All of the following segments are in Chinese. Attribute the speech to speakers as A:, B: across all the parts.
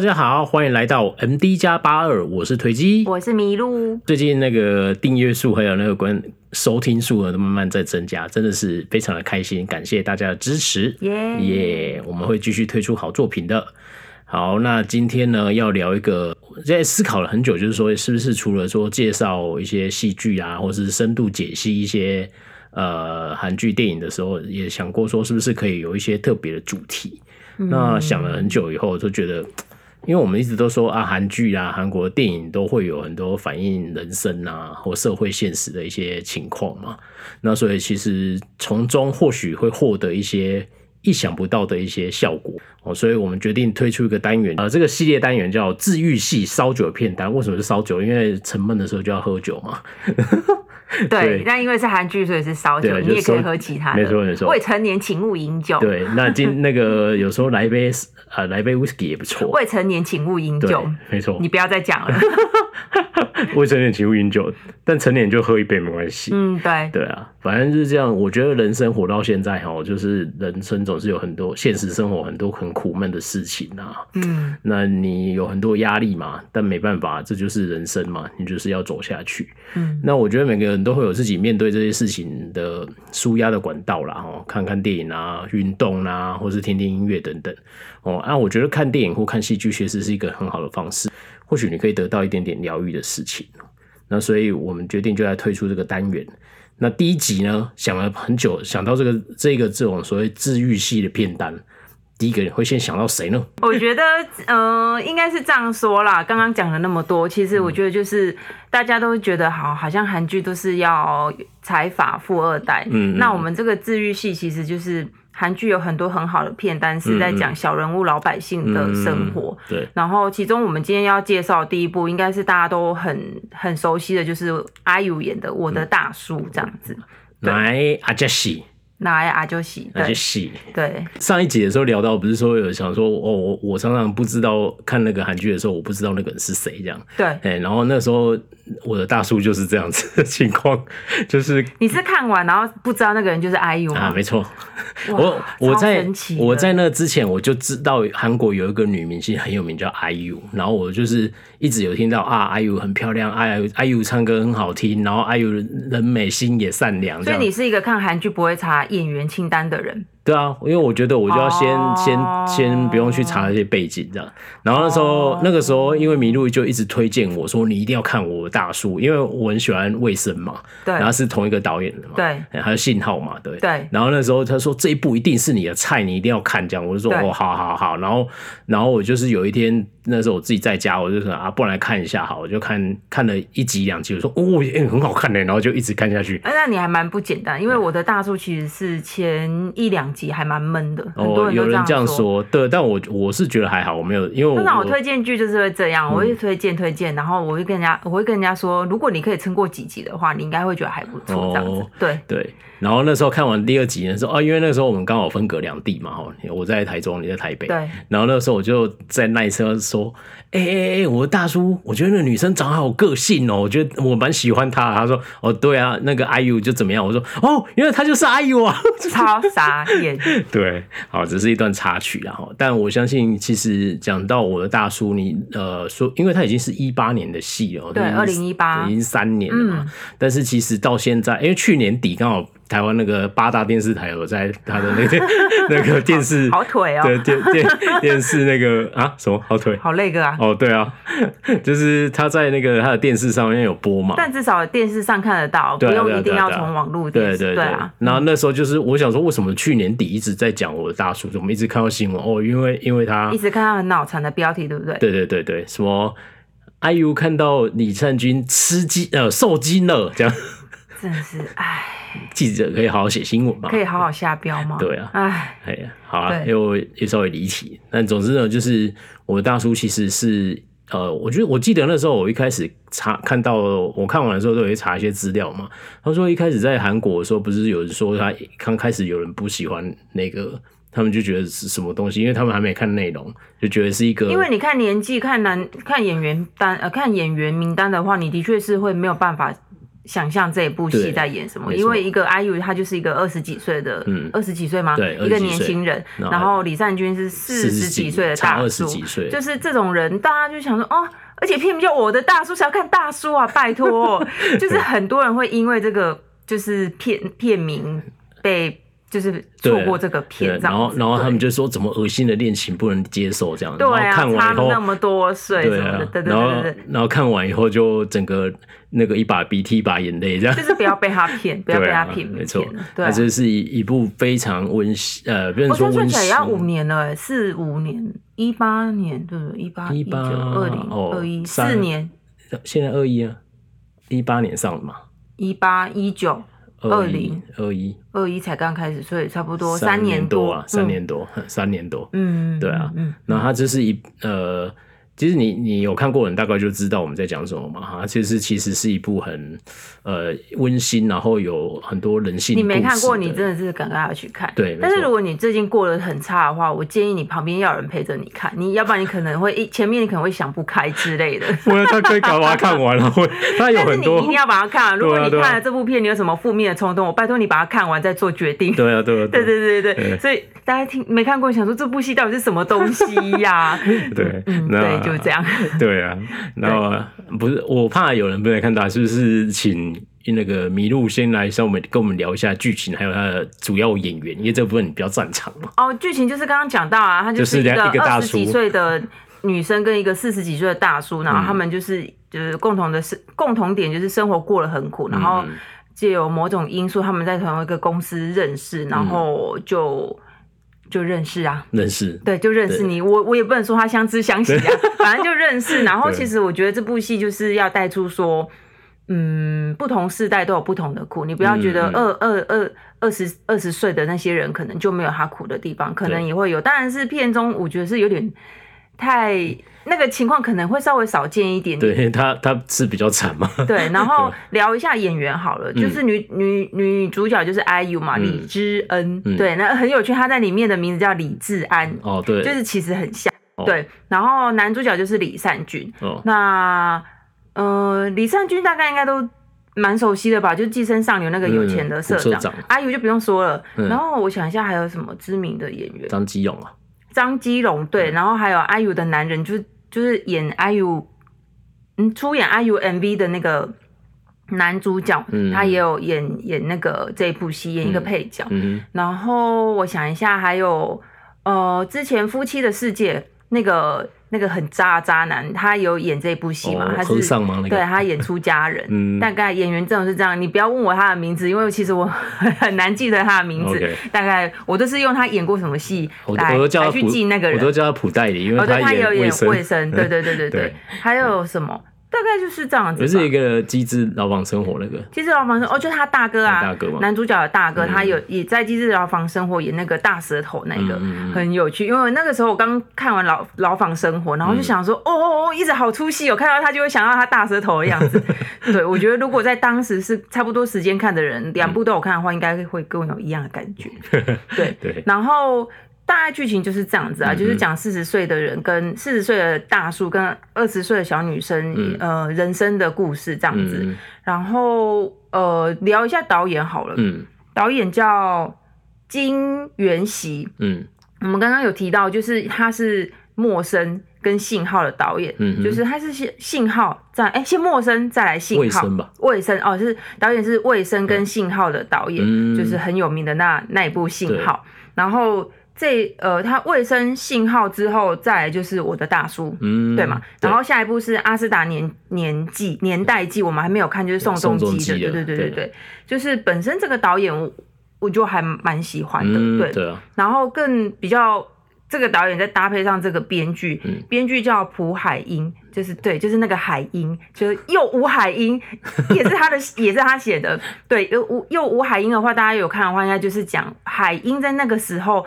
A: 家好，欢迎来到 M D 加八二，我是推机。
B: 我是麋鹿，
A: 最近那个订阅数还有那个观收听数呢，都慢慢在增加，真的是非常的开心，感谢大家的支持，
B: 耶
A: 耶我们会继续推出好作品的。好，那今天呢要聊一个，我现在思考了很久，就是说是不是除了说介绍一些戏剧啊，或是深度解析一些呃韩剧电影的时候，也想过说是不是可以有一些特别的主题。
B: 嗯
A: 那想了很久以后，就觉得，因为我们一直都说啊，韩剧啊、韩国电影都会有很多反映人生啊或社会现实的一些情况嘛。那所以其实从中或许会获得一些意想不到的一些效果哦。所以我们决定推出一个单元，呃，这个系列单元叫治愈系烧酒片单。为什么是烧酒？因为沉闷的时候就要喝酒嘛。对
B: 对，但因为是韩剧，所以是烧酒，
A: 对
B: 你也
A: 就
B: 可
A: 烧
B: 以喝其他的。
A: 没错没错
B: 未成年请勿饮酒。，
A: 对，那今那个有时候来一杯呃来一杯 whisky 也不错。
B: 未成年请勿饮
A: 对
B: 酒。，
A: 没错。
B: 你不要再讲了。
A: 未成年请勿饮酒，但成年就喝一杯没关系。
B: 嗯，对，
A: 对啊，反正就是这样。我觉得人生活到现在哈，就是人生总是有很多现实生活很多很苦闷的事情啊。
B: 嗯，
A: 那你有很多压力嘛，但没办法，这就是人生嘛，你就是要走下去。
B: 嗯，
A: 那我觉得每个人都会有自己面对这些事情的舒压的管道啦，哦，看看电影啊、运动啊，或是听听音乐等等。哦，啊，我觉得看电影或看戏剧确实是一个很好的方式，或许你可以得到一点点疗愈的事情。哦那所以我们决定就来推出这个单元。那第一集呢，想了很久，想到这个这个这种所谓治愈系的片单，第一个会先想到谁呢？
B: 我觉得，嗯、应该是这样说啦。刚刚讲了那么多，其实我觉得就是大家都觉得好，好像韩剧都是要财阀富二代。
A: 嗯嗯
B: 那我们这个治愈系其实就是韩剧有很多很好的片单是在讲小人物、老百姓的生活。
A: 嗯对，
B: 然后，其中我们今天要介绍的第一部，应该是大家都很很熟悉的，就是阿 U 演的《我的大叔》这样子。
A: 来阿加西，
B: 那哎阿就喜，
A: 阿加
B: 对
A: 西。
B: 对，
A: 上一集的时候聊到，不是说有想说，哦，我我常常不知道看那个韩剧的时候，我不知道那个人是谁这样。
B: 对，
A: 哎、然后那时候我的大叔就是这样子 的情况，就是
B: 你是看完然后不知道那个人就是阿 U
A: 啊，
B: 吗？
A: 没错，
B: 哇
A: 嗯我我
B: 超
A: 在
B: 神奇的
A: 我在那之前我就知道韩国有一个女明星很有名叫 IU，然后我就是一直有听到啊 IU 很漂亮，IU IU 唱歌很好听，然后 IU 人美心也善良，这
B: 所以
A: 样
B: 你是一个看韩剧不会查演员清单的人。
A: 对啊，因为我觉得我就要先、
B: 哦
A: 先先不用去查那些背景这样。然后那时候、
B: 哦
A: 那个时候，因为麋鹿就一直推荐我说你一定要看我大叔，因为我很喜欢卫生嘛，
B: 对
A: 然后是同一个导演的嘛，
B: 对
A: 哎，还有信号嘛，对。
B: 对，
A: 然后那时候他说这一部一定是你的菜，你一定要看这样，我就说
B: 对
A: 哦，好好好。然后然后我就是有一天那时候我自己在家，我就说啊，不然来看一下好，我就看看了一集两集，我说哦、哎很好看呢，然后就一直看下去。
B: 哎那你还蛮不简单，
A: 嗯
B: 因为我的大叔其实是前一两集还蛮闷的，很多
A: 哦，
B: 人
A: 有
B: 都
A: 人这样
B: 说。
A: 说，对，但我我是觉得还好，我没有，因为我
B: 通常我推荐剧就是会这样，我
A: 嗯
B: 会推荐推荐，然后我会跟人家，我会跟人家说，如果你可以撑过几集的话，你应该会觉得还不错这样子
A: 哦。
B: 对，
A: 对，然后那时候看完第二集的时候，啊，因为那时候我们刚好分隔两地嘛，哈，我在台中，你在台北，
B: 对。
A: 然后那时候我就在那一车说，哎哎哎，我的大叔，我觉得那女生长得好有个性哦，我觉得我蛮喜欢她的。他说，哦，对啊，那个 IU 就怎么样？我说，哦，原来她就是 IU 啊。
B: 超傻 眼。
A: 对，好，只是一段插曲啦，然后，但我相信，其实讲到我的大叔，你呃说，因为他已经是一八年的戏了，哦
B: 对
A: 已经
B: 2018
A: 已经三年了嘛。
B: 嗯
A: 但是其实到现在，因为去年底刚好台湾那个八大电视台有在他的 那个那个电视，
B: 好腿哦
A: 对电电电视那个啊什么好腿。
B: 好累个啊！
A: 哦，对啊， 就是他在那个他的电视上面有播嘛，
B: 但至少电视上看得到，不
A: 对啊对啊
B: 用一定要
A: 对啊
B: 从网络电
A: 对
B: 视。
A: 对对
B: 啊，
A: 然后那时候就是我想说，为什么去年底一直在讲我的大叔，怎么一直看到新闻？哦，因为因为他
B: 一，直看到很脑残的标题，对不对？
A: 对对对对，什么 IU 看到李善均吃鸡呃受惊了，这样
B: 真的是，哎，
A: 记者可以好好写新闻嘛？
B: 可以好好下标吗？
A: 对啊
B: 哎，
A: 哎呀，好啊，
B: 对
A: 又又稍微离题。但总之呢，就是我的大叔其实是呃，我觉得我记得那时候我一开始查看到我看完的时候都有去查一些资料嘛。他说一开始在韩国的时候，不是有人说他刚开始有人不喜欢那个，他们就觉得是什么东西，因为他们还没看内容，就觉得是一个
B: 因为你看年纪、看男、看演员单、呃看演员名单的话，你的确是会没有办法想象这一部戏在演什么，
A: 对没错
B: 因为一个 IU 他就是一个二十几岁的
A: 嗯，
B: 二十几岁吗？
A: 对
B: 一个
A: 20几岁
B: 年轻人，
A: 然后
B: 然后李善均是四十几岁的
A: 差
B: 大
A: 二十
B: 叔，
A: 几岁，
B: 就是这种人，大家就想说哦，而且偏偏就我的大叔，谁要看大 叔啊？拜托，就是很多人会因为这个就是片片名被就是错过这个
A: 对
B: 片，这样子，
A: 然后然后他
B: 对
A: 们就说怎么恶心的恋情不能接受这样，
B: 对
A: 然后看
B: 啊，差
A: 完以后
B: 那么多岁什
A: 对
B: 么的，
A: 啊
B: 对，对
A: 然
B: 对对
A: 后
B: 对。
A: 然后看完以后就整个那个一把鼻涕一把眼泪这样
B: 就。是不要被他骗，不要被
A: 对
B: 他
A: 啊
B: 骗，
A: 没错
B: 骗了，
A: 那
B: 对啊。
A: 这是一一部非常温馨，呃，不能
B: 我
A: 说
B: 算算
A: 温
B: 起来
A: 馨
B: 也，要五年了、欸，四五年，一八年对不对？一八、一九、
A: 18
B: 二零、
A: 哦
B: 二一，
A: 三
B: 四年，
A: 现在二一啊，一八年上的嘛，
B: 一八、一九、
A: 二
B: 20
A: 一二一，
B: 二一才刚开始，所以差不多
A: 三
B: 年
A: 多啊，三
B: 嗯
A: 年多， 三年多，
B: 嗯，
A: 对啊
B: 嗯，
A: 那它这是一呃，其实你你有看过，你大概就知道我们在讲什么嘛哈。其实其实是一部很呃温馨，然后有很多人性
B: 你没
A: 故
B: 看
A: 事
B: 过，你
A: 的
B: 真的是赶快要去看。
A: 对没
B: 但是
A: 错
B: 如果你最近过得很差的话，我建议你旁边要有人陪着你看，你要不然你可能会一前面你可能会想不开之类的。
A: 不然他可以搞把它看完了， 会他有
B: 但是
A: 很
B: 你
A: 多
B: 一定要把它看完。如果
A: 对啊
B: 你
A: 对啊
B: 看了这部片，你有什么负面的冲动，我拜托你把它看完再做决定。
A: 啊对啊对啊 对
B: 对对对对，
A: 对
B: 所以大家听没看过，想说这部戏到底是什么东西 呀、
A: 对
B: 嗯，
A: 那
B: 对，就是这样。
A: 对啊，那不是我怕有人不来看到，是不是请？那个麋鹿先来向我们跟我们聊一下剧情，还有他的主要演员，因为这部分你比较擅长嘛。
B: 哦，剧情就是刚刚讲到啊，他
A: 就是
B: 一个
A: 两一个大
B: 二十
A: 叔
B: 几岁的女生跟一个四十几岁的大叔，
A: 嗯
B: 然后他们就是、就是共同的生共同点就是生活过得很苦，然后
A: 嗯
B: 借由某种因素，他们在同一个公司认识，然后就、就认识啊。
A: 认识，
B: 对，就认识
A: 对
B: 你，我我也不能说他相知相惜啊，反正就认识。然后其实我觉得这部戏就是要带出说，嗯，不同世代都有不同的苦，你不要觉得
A: 嗯
B: 二二二二十二十岁的那些人可能就没有他苦的地方，可能
A: 对
B: 也会有。当然是片中我觉得是有点太那个情况可能会稍微少见一点点。
A: 对他他是比较惨嘛。
B: 对，然后聊一下演员好了，就是女女女主角就是 IU 嘛，
A: 嗯
B: 李知恩。
A: 嗯
B: 对，那很有趣，她在里面的名字叫李志安。
A: 哦，对，
B: 就是其实很像。
A: 哦
B: 对，然后男主角就是李善均。
A: 哦，
B: 那呃，李善均大概应该都蛮熟悉的吧？就《寄生上流》那个有钱的社
A: 嗯社
B: 长
A: 长，
B: 阿尤就不用说了。
A: 嗯
B: 然后我想一下，还有什么知名的演员？
A: 张基勇啊，
B: 张基龙对，
A: 嗯
B: 然后还有阿尤的男人，就是就是演阿尤，嗯，出演阿尤 MV 的那个男主角，
A: 嗯
B: 他也有演演那个这一部戏，演一个
A: 嗯
B: 配角。
A: 嗯哼，
B: 然后我想一下，还有呃，之前《夫妻的世界》那个那个很渣的渣男，他有演这部戏嘛？
A: 哦
B: 他
A: 和
B: 是
A: 尚吗那个
B: 对啊他演出家人。
A: 嗯
B: 大概演员阵容是这样，你不要问我他的名字，因为其实我 很难记得他的名字。
A: OK
B: 大概我都是用他演过什么戏
A: 我
B: 来
A: 我都叫
B: 来
A: 他
B: 去
A: 普，
B: 记那个
A: 我都
B: 人。
A: 叫他普代理，因
B: 哦，
A: 为
B: 对，他也有
A: 演卫
B: 演
A: 生，
B: 卫生，对对对对对
A: 对。
B: 还有什么？大概就是这样子吧。
A: 不是一个机智牢房生活那个，
B: 机智牢房生哦，就是他大哥啊，
A: 他哎大哥嘛
B: 男主角的大哥，
A: 嗯
B: 他有也在机智牢房生活演那个大舌头那个，
A: 嗯嗯嗯
B: 很有趣。因为那个时候我刚看完牢牢房生活，
A: 嗯
B: 然后就想说，哦哦哦，一直好出戏哦，看到他就会想到他大舌头的样 子。对，我觉得如果在当时是差不多时间看的人，两部都有看的话，应该会跟我有一样的感 觉。对，
A: 对，
B: 然后大概剧情就是这样子啊，
A: 嗯嗯
B: 就是讲四十岁的人跟四十岁的大叔跟二十岁的小女生，
A: 嗯
B: 呃，人生的故事这样子。
A: 嗯
B: 然后呃，聊一下导演好了，
A: 嗯
B: 导演叫金元熙。
A: 嗯
B: 我们刚刚有提到，就是他是陌生跟信号的导演，
A: 嗯哼
B: 就是他是信信号再哎先陌生再来信
A: 卫
B: 号。
A: 生吧，
B: 卫生哦，是导演是卫生跟信号的导演，
A: 嗯
B: 就是很有名的那那一部信号。然后这呃，他卫生信号之后，再来就是我的大叔，
A: 嗯，
B: 对嘛？然后下一部是《阿斯达年年纪年代记》，我们还没有看，就是宋仲基的，
A: 宋仲基
B: 对
A: 的
B: 对对对
A: 对
B: 对，就是本身这个导演我我就还蛮喜欢的，
A: 嗯，
B: 对。
A: 对啊，
B: 然后更比较这个导演再搭配上这个编剧
A: 嗯，
B: 编剧叫朴海英，就是对，就是那个海英，就是又吴海英，也是他的，也是他写的。对，又吴又吴海英的话，大家有看的话，应该就是讲海英在那个时候。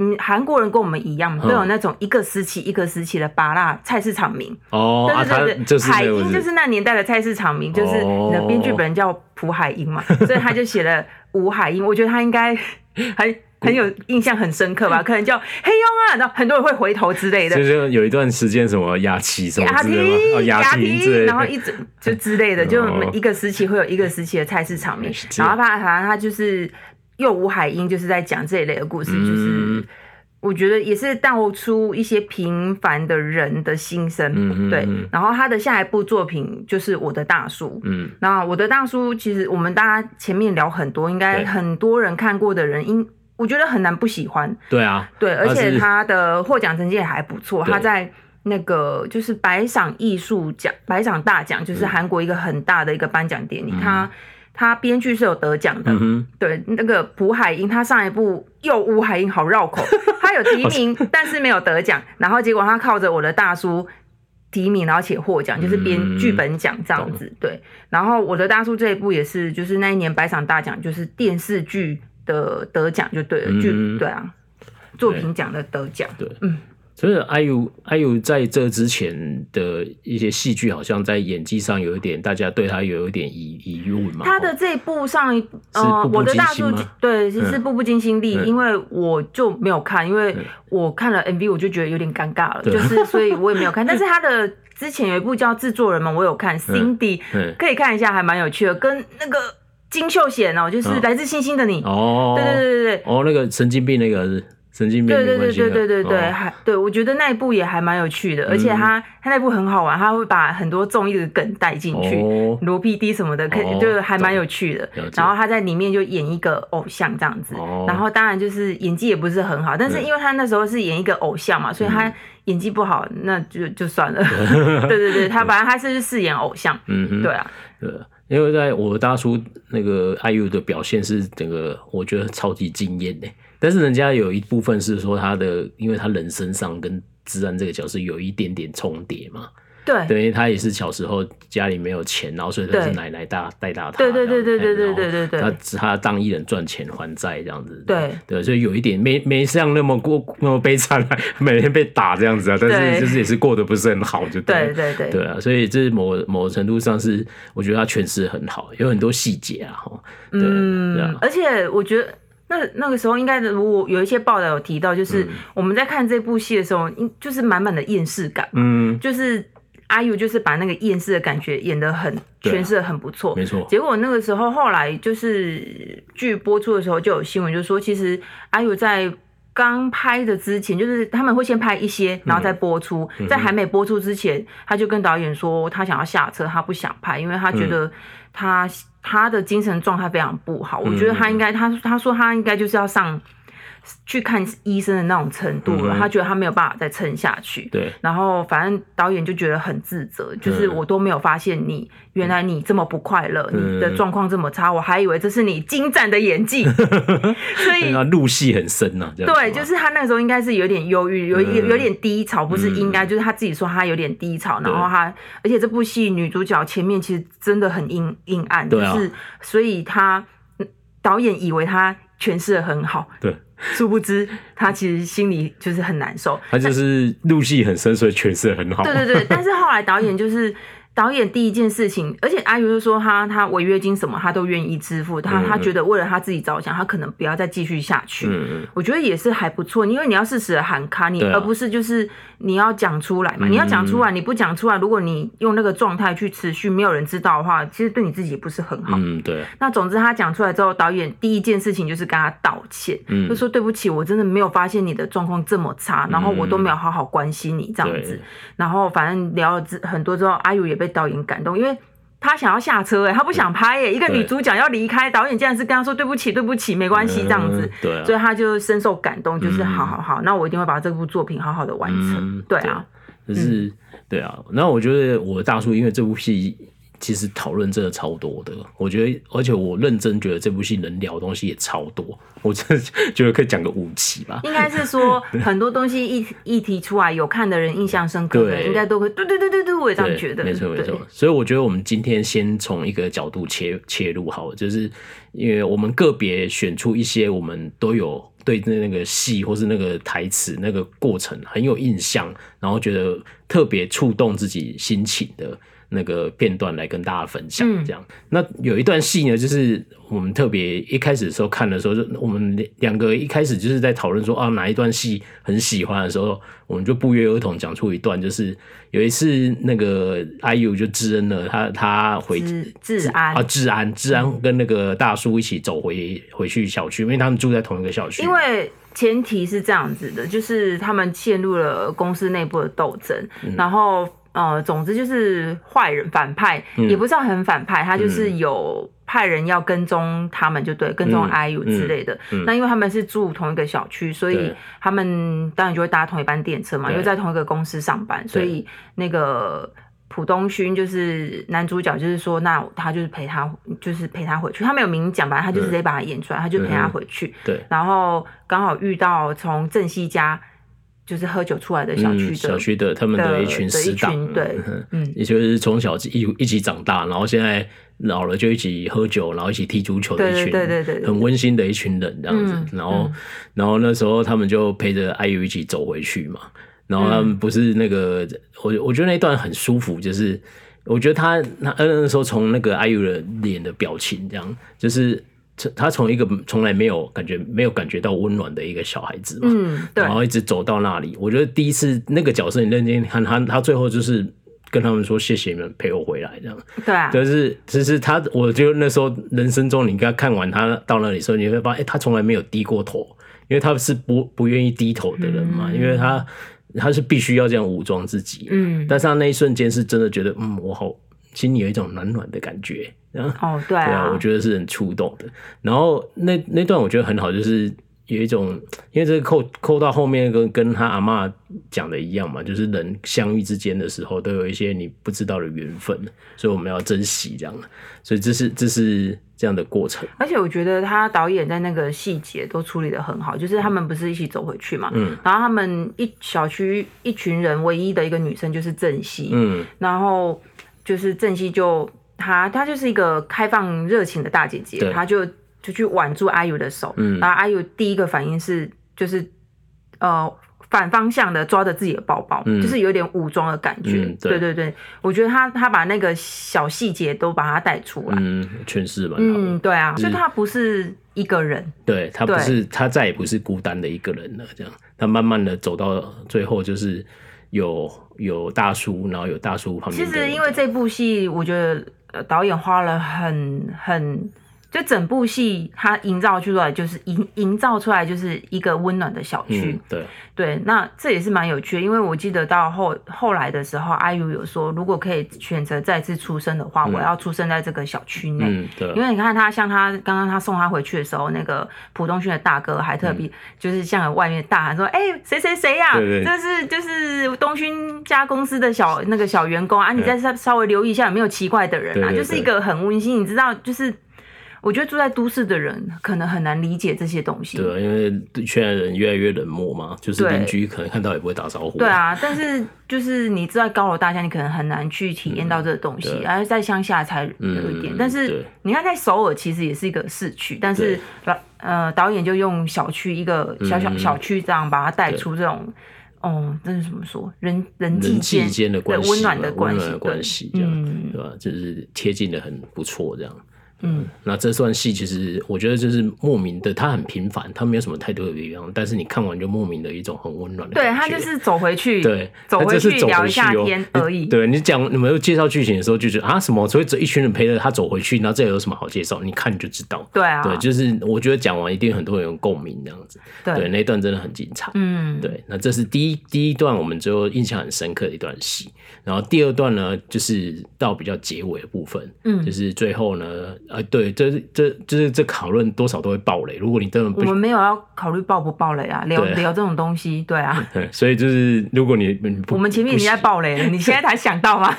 B: 嗯，韩国人跟我们一样，都有那种一个时期一个时期的巴拉菜市场名，
A: 哦，啊，他
B: 对对对
A: 就
B: 对，
A: 是哦
B: 海
A: 那个
B: 英就是那年代的菜市场名，就是你的编剧本叫朴海英嘛，所以他就写了吴海英，我觉得他应该很很有印象很深刻吧？可能叫嘿呦啊，然后很多人会回头之类的
A: 就。就有一段时间什么雅琪什么
B: 雅
A: 之类的吗，哦
B: 婷，
A: 雅婷之类的，
B: 然后一直就之类的，就
A: 哦
B: 一个时期会有一个时期的菜市场名
A: 是，这
B: 然
A: 样
B: 后他反正他就是又吴海英就是在讲这一类的故事，
A: 嗯
B: 就是我觉得也是道出一些平凡的人的心声，
A: 嗯嗯
B: 对
A: 嗯。
B: 然后他的下一部作品就是《我的大叔》，
A: 嗯，
B: 那我的大叔，其实我们大家前面聊很多，应该
A: 对
B: 很多人看过的人，应我觉得很难不喜欢。
A: 对啊，
B: 对，而
A: 他
B: 且
A: 是
B: 他的获奖成绩也还不错，
A: 对
B: 他在那个就是百赏艺术奖、百赏大奖，就是
A: 嗯
B: 韩国一个很大的一个颁奖典礼，他他编剧是有得奖的。
A: 嗯哼，
B: 对，那个朴海英，他上一部又吴海英好绕 口，他有提名，但是没有得奖，然后结果他靠着我的大叔提名，然后且获奖，就是编
A: 嗯
B: 剧本奖这样子。对，然后我的大叔这一部也是，就是那一年百场大奖，就是电视剧的得奖就对了，
A: 嗯
B: 剧对啊，作品奖的得奖。
A: 所以 IU IU 在这之前的一些戏剧，好像在演技上有一点，大家对他有一点疑疑问嘛。
B: 他的
A: 哦
B: 这一部上一部，
A: 是步
B: 呃，
A: 步
B: 我的大
A: 惊
B: 数
A: 心
B: 据
A: 吗
B: 对，其实步步惊心力，
A: 嗯
B: 因为我就没有看，因为我看了 MV 我就觉得有点尴尬了，
A: 对
B: 就是所以我也没有 看。但是他的之前有一部叫《制作人们》，我有看，Cindy
A: 嗯，
B: 可以看一下，还蛮有趣的，跟那个金秀贤哦，就是
A: 嗯
B: 《来自星星的你》，
A: 哦，
B: 对对对对对。
A: 哦，那个神经病那个是神经病
B: 对
A: 没
B: 对对
A: 关系的，
B: 对对对对，
A: 哦嗯
B: 还对我觉得那一部也还蛮有趣的，而且他他那部很好玩，他会把很多综艺的梗带进去，
A: 哦
B: 罗 PD 什么的，可以
A: 哦
B: 就是还蛮
A: 懂
B: 有趣的
A: 了解。
B: 然后他在里面就演一个偶像这样子
A: 哦，
B: 然后当然就是演技也不是很好，但是因为他那时候是演一个偶像嘛，所
A: 嗯
B: 以他演技不好，那就就算 了。对对对，他反正他是饰演偶像，
A: 嗯哼，
B: 对啊，
A: 对，因为在我大叔那个 IU 的表现是整个我觉得超级惊艳的，但是人家有一部分是说他的，因为他人身上跟治安这个角色有一点点重叠嘛，
B: 对
A: 对，因为他也是小时候家里没有钱，然后所以他是
B: 对
A: 奶奶大带大他这
B: 对
A: 样，
B: 对对对对对
A: 哎
B: 对对
A: 然后
B: 对
A: 他他当艺人赚钱还债这样子，
B: 对
A: 对，所以有一点没没像那么过那么悲惨，啊 每天被打这样子啊，但是
B: 对
A: 就是也是过得不是很好，就了
B: 对对对
A: 对啊，所以这某某程度上是，我觉得他诠释得很好，有很多细节啊，哈，对对
B: 嗯
A: 啊，
B: 而且我觉得。那那个时候应该，如果有一些报道有提到，就是
A: 嗯
B: 我们在看这部戏的时候，应就是满满的厌世感。
A: 嗯，
B: 就是阿 U 就是把那个厌世的感觉演得很
A: 对啊
B: 诠释得很不错。
A: 没错，
B: 结果那个时候后来就是剧播出的时候就有新闻就说，其实阿 U 在。刚拍的之前，就是他们会先拍一
A: 嗯
B: 些，然后再播出。在还没播出之前，他就跟导演说他想要下车，他不想拍，因为他觉
A: 嗯
B: 得他、他的精神状态非常不好。我觉得他应
A: 嗯
B: 该，他他说他应该就是要上去看医生的那种程度了。
A: 嗯哼
B: 他觉得他没有办法再撑下去。
A: 对，
B: 然后反正导演就觉得很自责，就是我都没有发现你原来你这么不快乐，
A: 嗯
B: 你的状况这么差，我还以为这是你精湛的 演技，所以
A: 那入戏很深啊呐，这样子
B: 对，
A: 嘛
B: 就是他那个时候应该是有点忧郁，有有
A: 嗯
B: 有点低潮，不是应该，就是他自己说他有点低潮，然后他，而且这部戏女主角前面其实真的很阴阴暗，
A: 对啊
B: 就是所以他嗯导演以为他诠释的很好，
A: 对，
B: 殊不知他其实心里就是很难受，
A: 他就是入戏很深，所以诠释得很好，
B: 对对对，但是后来导演就是。导演第一件事情，而且阿尤就说他他违约金什么他都愿意支付，他
A: 嗯
B: 他觉得为了他自己着想，他可能不要再继续下去。
A: 嗯嗯
B: 我觉得也是还不错，因为你要适时的喊卡，你、
A: 对啊嗯
B: 而不是就是你要讲出来嘛，你要讲出来，你不讲出来，如果你用那个状态去持续，没有人知道的话，其实对你自己也不是很好。
A: 嗯，对啊，
B: 那总之他讲出来之后，导演第一件事情就是跟他道歉，
A: 嗯
B: 就说对不起，我真的没有发现你的状况这么差，然后我都没有好好关心你这样子
A: 嗯对。
B: 然后反正聊了之很多之后，阿尤也被导演感动，因为。他想要下车哎、欸，他不想拍哎、欸，一个
A: 对
B: 女主角要离开，导演竟然是跟他说对不起，对不起，没关系这样子
A: 嗯，对啊
B: 所以他就深受感动，就是好好好，那我一定会把这部作品好好的完成
A: 嗯，，
B: 对啊，，
A: 就是、对啊。然后我觉得我的大叔因为这部戏其实讨论真的超多的，我觉得，而且我认真觉得这部戏能聊的东西也超多，我真的觉得可以讲个五期吧。
B: 应该是 说很多东西一一提出来，有看的人印象深刻的，
A: 对
B: 应该都会对对对对对，我也这
A: 对，
B: 样觉得，
A: 没错没
B: 对
A: 错。所以我觉得我们今天先从一个角度切切入好了，就是因为我们个别选出一些我们都有对那个戏或是那个台词那个过程很有印象，然后觉得特别触动自己心情的。那个片段来跟大家分享
B: 嗯。
A: 这样，那有一段戏呢，就是我们特别一开始的时候看的时候，就我们两个一开始就是在讨论说啊哪一段戏很喜欢的时候，我们就不约而同讲出一段，就是有一次那个 IU 就知恩了，他他回
B: 治治安
A: 啊，治安，治安跟那个大叔一起走回回去小区，因为他们住在同一个小区。
B: 因为前提是这样子的，就是他们陷入了公司内部的斗争，
A: 嗯
B: 然后呃，总之就是坏人反派、
A: 嗯
B: 也不是很反派，他就是有派人要跟踪他们，就对，跟踪
A: 嗯
B: IU 之类的。那因为他们是住同一个小区，所以
A: 对
B: 他们当然就会搭同一班电车嘛，
A: 对
B: 因为在同一个公司上班，所以那个。浦东勋就是男主角，就是说，那他就是陪他，就是陪他回去。他没有明讲吧，反正他就直接把他演出来，他就陪他
A: 嗯哼
B: 回去。
A: 对，
B: 然后刚好遇到从正熙家就是喝酒出来的小区
A: 嗯，
B: 的、
A: 小区的他们
B: 的
A: 一群
B: 的一
A: 死党，
B: 群对，嗯，
A: 也就是从小一一起长大，然后现在老了就一起喝酒，然后一起踢足球的一群，
B: 对对对对对
A: 很温馨的一群人这样子。
B: 嗯
A: 然后、
B: 嗯
A: 然后那时候他们就陪着 IU 一起走回去嘛。然后他
B: 嗯
A: 们不是那个，我我觉得那一段很舒服，就是我觉得他他恩那时候从那个 IU 的脸的表情这样，就是从他从一个从来没有感觉没有感觉到温暖的一个小孩子嘛，
B: 嗯，对
A: 然，后一直走到那里。我觉得第一次那个角色，你认真看他，他最后就是跟他们说谢谢你们陪我回来这样。
B: 对啊，
A: 就是其实他，我觉得那时候人生中，你跟他看完他到那里的时候，你会发现，哎、他从来没有低过头，因为他是不不愿意低头的人嘛，
B: 嗯
A: 因为他他是必须要这样武装自己。
B: 嗯，
A: 但是他那一瞬间是真的觉得，嗯，我好心里有一种暖暖的感觉，然后
B: 哦，对
A: 对啊，
B: 啊
A: 我，觉得是很触动的。然后那那段我觉得很好，就是有一种，因为这个扣扣到后面跟跟他阿嬷讲的一样嘛，就是人相遇之间的时候，都有一些你不知道的缘分，所以我们要珍惜这样。所以这是这是这样的过程。
B: 而且我觉得他导演在那个细节都处理的很好，就是他们不是一起走回去嘛，
A: 嗯
B: 然后他们一小区一群人唯一的一个女生就是正熙，
A: 嗯
B: 然后就是正熙就她，她就是一个开放热情的大姐姐，
A: 对
B: 她就就去挽住阿 U 的手，
A: 嗯
B: 然后阿 U 第一个反应是就是呃反方向的抓着自己的包包，
A: 嗯
B: 就是有点武装的感觉，
A: 嗯对
B: 对对对，我觉得她她把那个小细节都把它带出来，
A: 嗯，诠释蛮好的。嗯
B: 嗯，对啊，
A: 是
B: 就她不是一个人，
A: 对他不
B: 对
A: 是他再也不是孤单的一个人了，这样他慢慢的走到最后就是有有大叔，然后有大叔旁
B: 其
A: 边的人
B: 实
A: 样。
B: 因为这部戏，我觉得呃导演花了很很，就整部戏他营造出来就是营营造出来就是一个温暖的小区。
A: 嗯对
B: 对，那这也是蛮有趣的，因为我记得到后后来的时候，阿 U 有说，如果可以选择再次出生的话，我要出生在这个小区内。
A: 嗯对，
B: 因为你看他，像他刚刚他送他回去的时候，那个浦东区的大哥还
A: 嗯
B: 特别就是向外面大喊说：“哎、谁谁谁呀，
A: 对对
B: 这是就是东勋家公司的小那个小员工啊，你再稍稍微留意一下有没有奇怪的人啊。
A: 嗯对对对
B: 就是一个很温馨，你知道，就是我觉得住在都市的人可能很难理解这些东西。
A: 对啊，因为现在人越来越冷漠嘛，就是
B: 对
A: 邻居可能看到也不会打招呼。
B: 对，啊，但是就是你住在高楼大厦，你可能很难去体验到这个东西，
A: 嗯对
B: 而在乡下才有一点。
A: 嗯
B: 但是
A: 对
B: 你看，在首尔其实也是一个市区，但是
A: 对
B: 老呃导演就用小区一个小小
A: 嗯
B: 小区这样把它带
A: 对
B: 出这种，哦，这是怎么说？人人际
A: 人际
B: 间
A: 间的关系嘛，
B: 温暖的关
A: 温
B: 系，
A: 暖的关系，这样、
B: 嗯
A: 对吧？就是贴近的很不错，这样。
B: 嗯，
A: 那这段戏其实我觉得就是莫名的，它很平凡，它没有什么太多的力量，但是你看完就莫名的一种很温暖的
B: 对
A: 感觉。
B: 他就是走回去，
A: 对，
B: 走
A: 他
B: 回
A: 就是
B: 去
A: 走
B: 聊
A: 回
B: 一下
A: 去哦
B: 天而已。
A: 对你讲，你们有介绍剧情的时候就觉得啊什么，所以这一群人陪着他走回去，那这有什么好介绍？你看你就知道。
B: 对啊，
A: 对，就是我觉得讲完一定很多人有共鸣这样子。
B: 对
A: 对，那一段真的很精彩。
B: 嗯，
A: 对，那这是第一第一段我们最后印象很深刻的一段戏，然后第二段呢，就是到比较结尾的部分，
B: 嗯
A: 就是最后呢，啊，对，这这就是这讨论多少都会爆雷，如果你真的不
B: 我，们没有要考虑爆不爆雷啊，聊
A: 对
B: 聊这种东西，对 啊。
A: 对所以就是如果你 你不
B: 我们前面已经在爆 雷了，你现在才想到吗？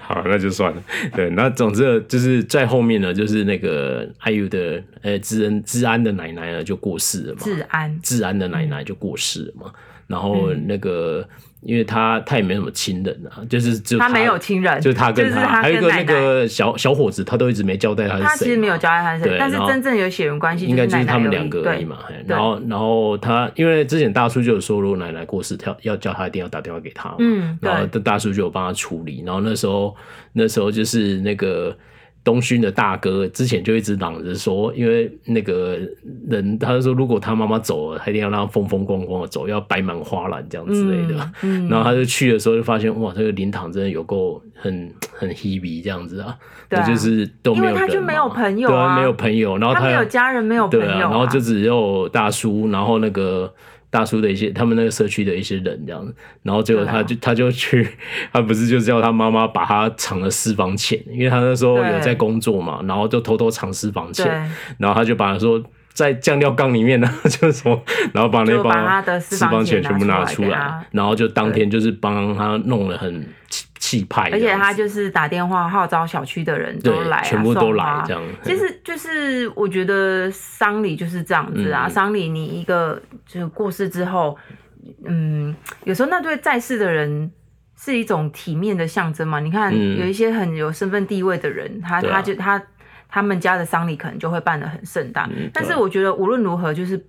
A: 好，那就算了。对，那总之就是在后面呢，就是那个 IU 的呃治安治安的奶奶呢就过世了嘛，
B: 治安，
A: 治安的奶奶就过世了嘛。然后那个，因为他他也没什么亲人啊，就是只有
B: 他没有亲人，
A: 就是他跟
B: 就是他
A: 还有一个那
B: 跟奶奶
A: 个小小伙子，他都一直没交代他
B: 他
A: 是
B: 其实
A: 谁
B: 没
A: 嘛。
B: 有交代他是谁，
A: 对
B: 但是
A: 然后
B: 真正有血缘关系
A: 应该
B: 是
A: 就
B: 奶
A: 是
B: 奶
A: 他们
B: 而已
A: 两个而已嘛。嘿
B: 对
A: 然后，然后他因为之前大叔就有说，如果奶奶过世，要要叫他一定要打电话给他嘛。
B: 对嗯，
A: 然后
B: 对，
A: 大大叔就有帮他处理。然后那时候那时候就是那个东勋的大哥之前就一直嚷着说，因为那个人他就说，如果他妈妈走了，他一定要让他风风光光的走，要摆满花篮这样之类的。
B: 嗯，嗯
A: 然后他就去的时候就发现，哇，这个灵堂真的有够很很 hebe 这样子啊，
B: 对啊
A: 就是都没有
B: 因为他就
A: 人嘛
B: 没有朋友
A: 对
B: 啊
A: 没有朋友，然后
B: 他没
A: 又
B: 有家人，没有朋
A: 对啊，
B: 友啊，
A: 然后就只有大叔，然后那个大叔的一些他们那个社区的一些人这样子，然后结果
B: 对啊
A: 他就、他就去，他不是就叫他妈妈把他藏了私房钱，因为他那时候
B: 对
A: 有在工作嘛，然后就偷偷藏私房
B: 对
A: 钱，，然后他就把说。在酱料缸里面呢， 就是什么，然后把那
B: 就把他的私
A: 私
B: 房
A: 房钱
B: 钱
A: 全部
B: 拿
A: 拿
B: 出
A: 出
B: 来给
A: 来
B: 他，
A: 然后就当天就是帮他弄了很气气派这
B: 而
A: 样子，
B: 且他就是打电话号召小区的人都
A: 对
B: 来啊，
A: 全部都
B: 送
A: 来
B: 花
A: 这样，
B: 其实就是我觉得丧礼就是这样子啊，
A: 嗯
B: 丧礼你一个就是过世之后，嗯，有时候那对在世的人是一种体面的象征嘛。你看
A: 嗯
B: 有一些很有身份地位的人，他、
A: 对啊
B: 他就他他们家的丧礼可能就会办得很盛大，
A: 嗯
B: 但
A: 对
B: 是我觉得无论如何就是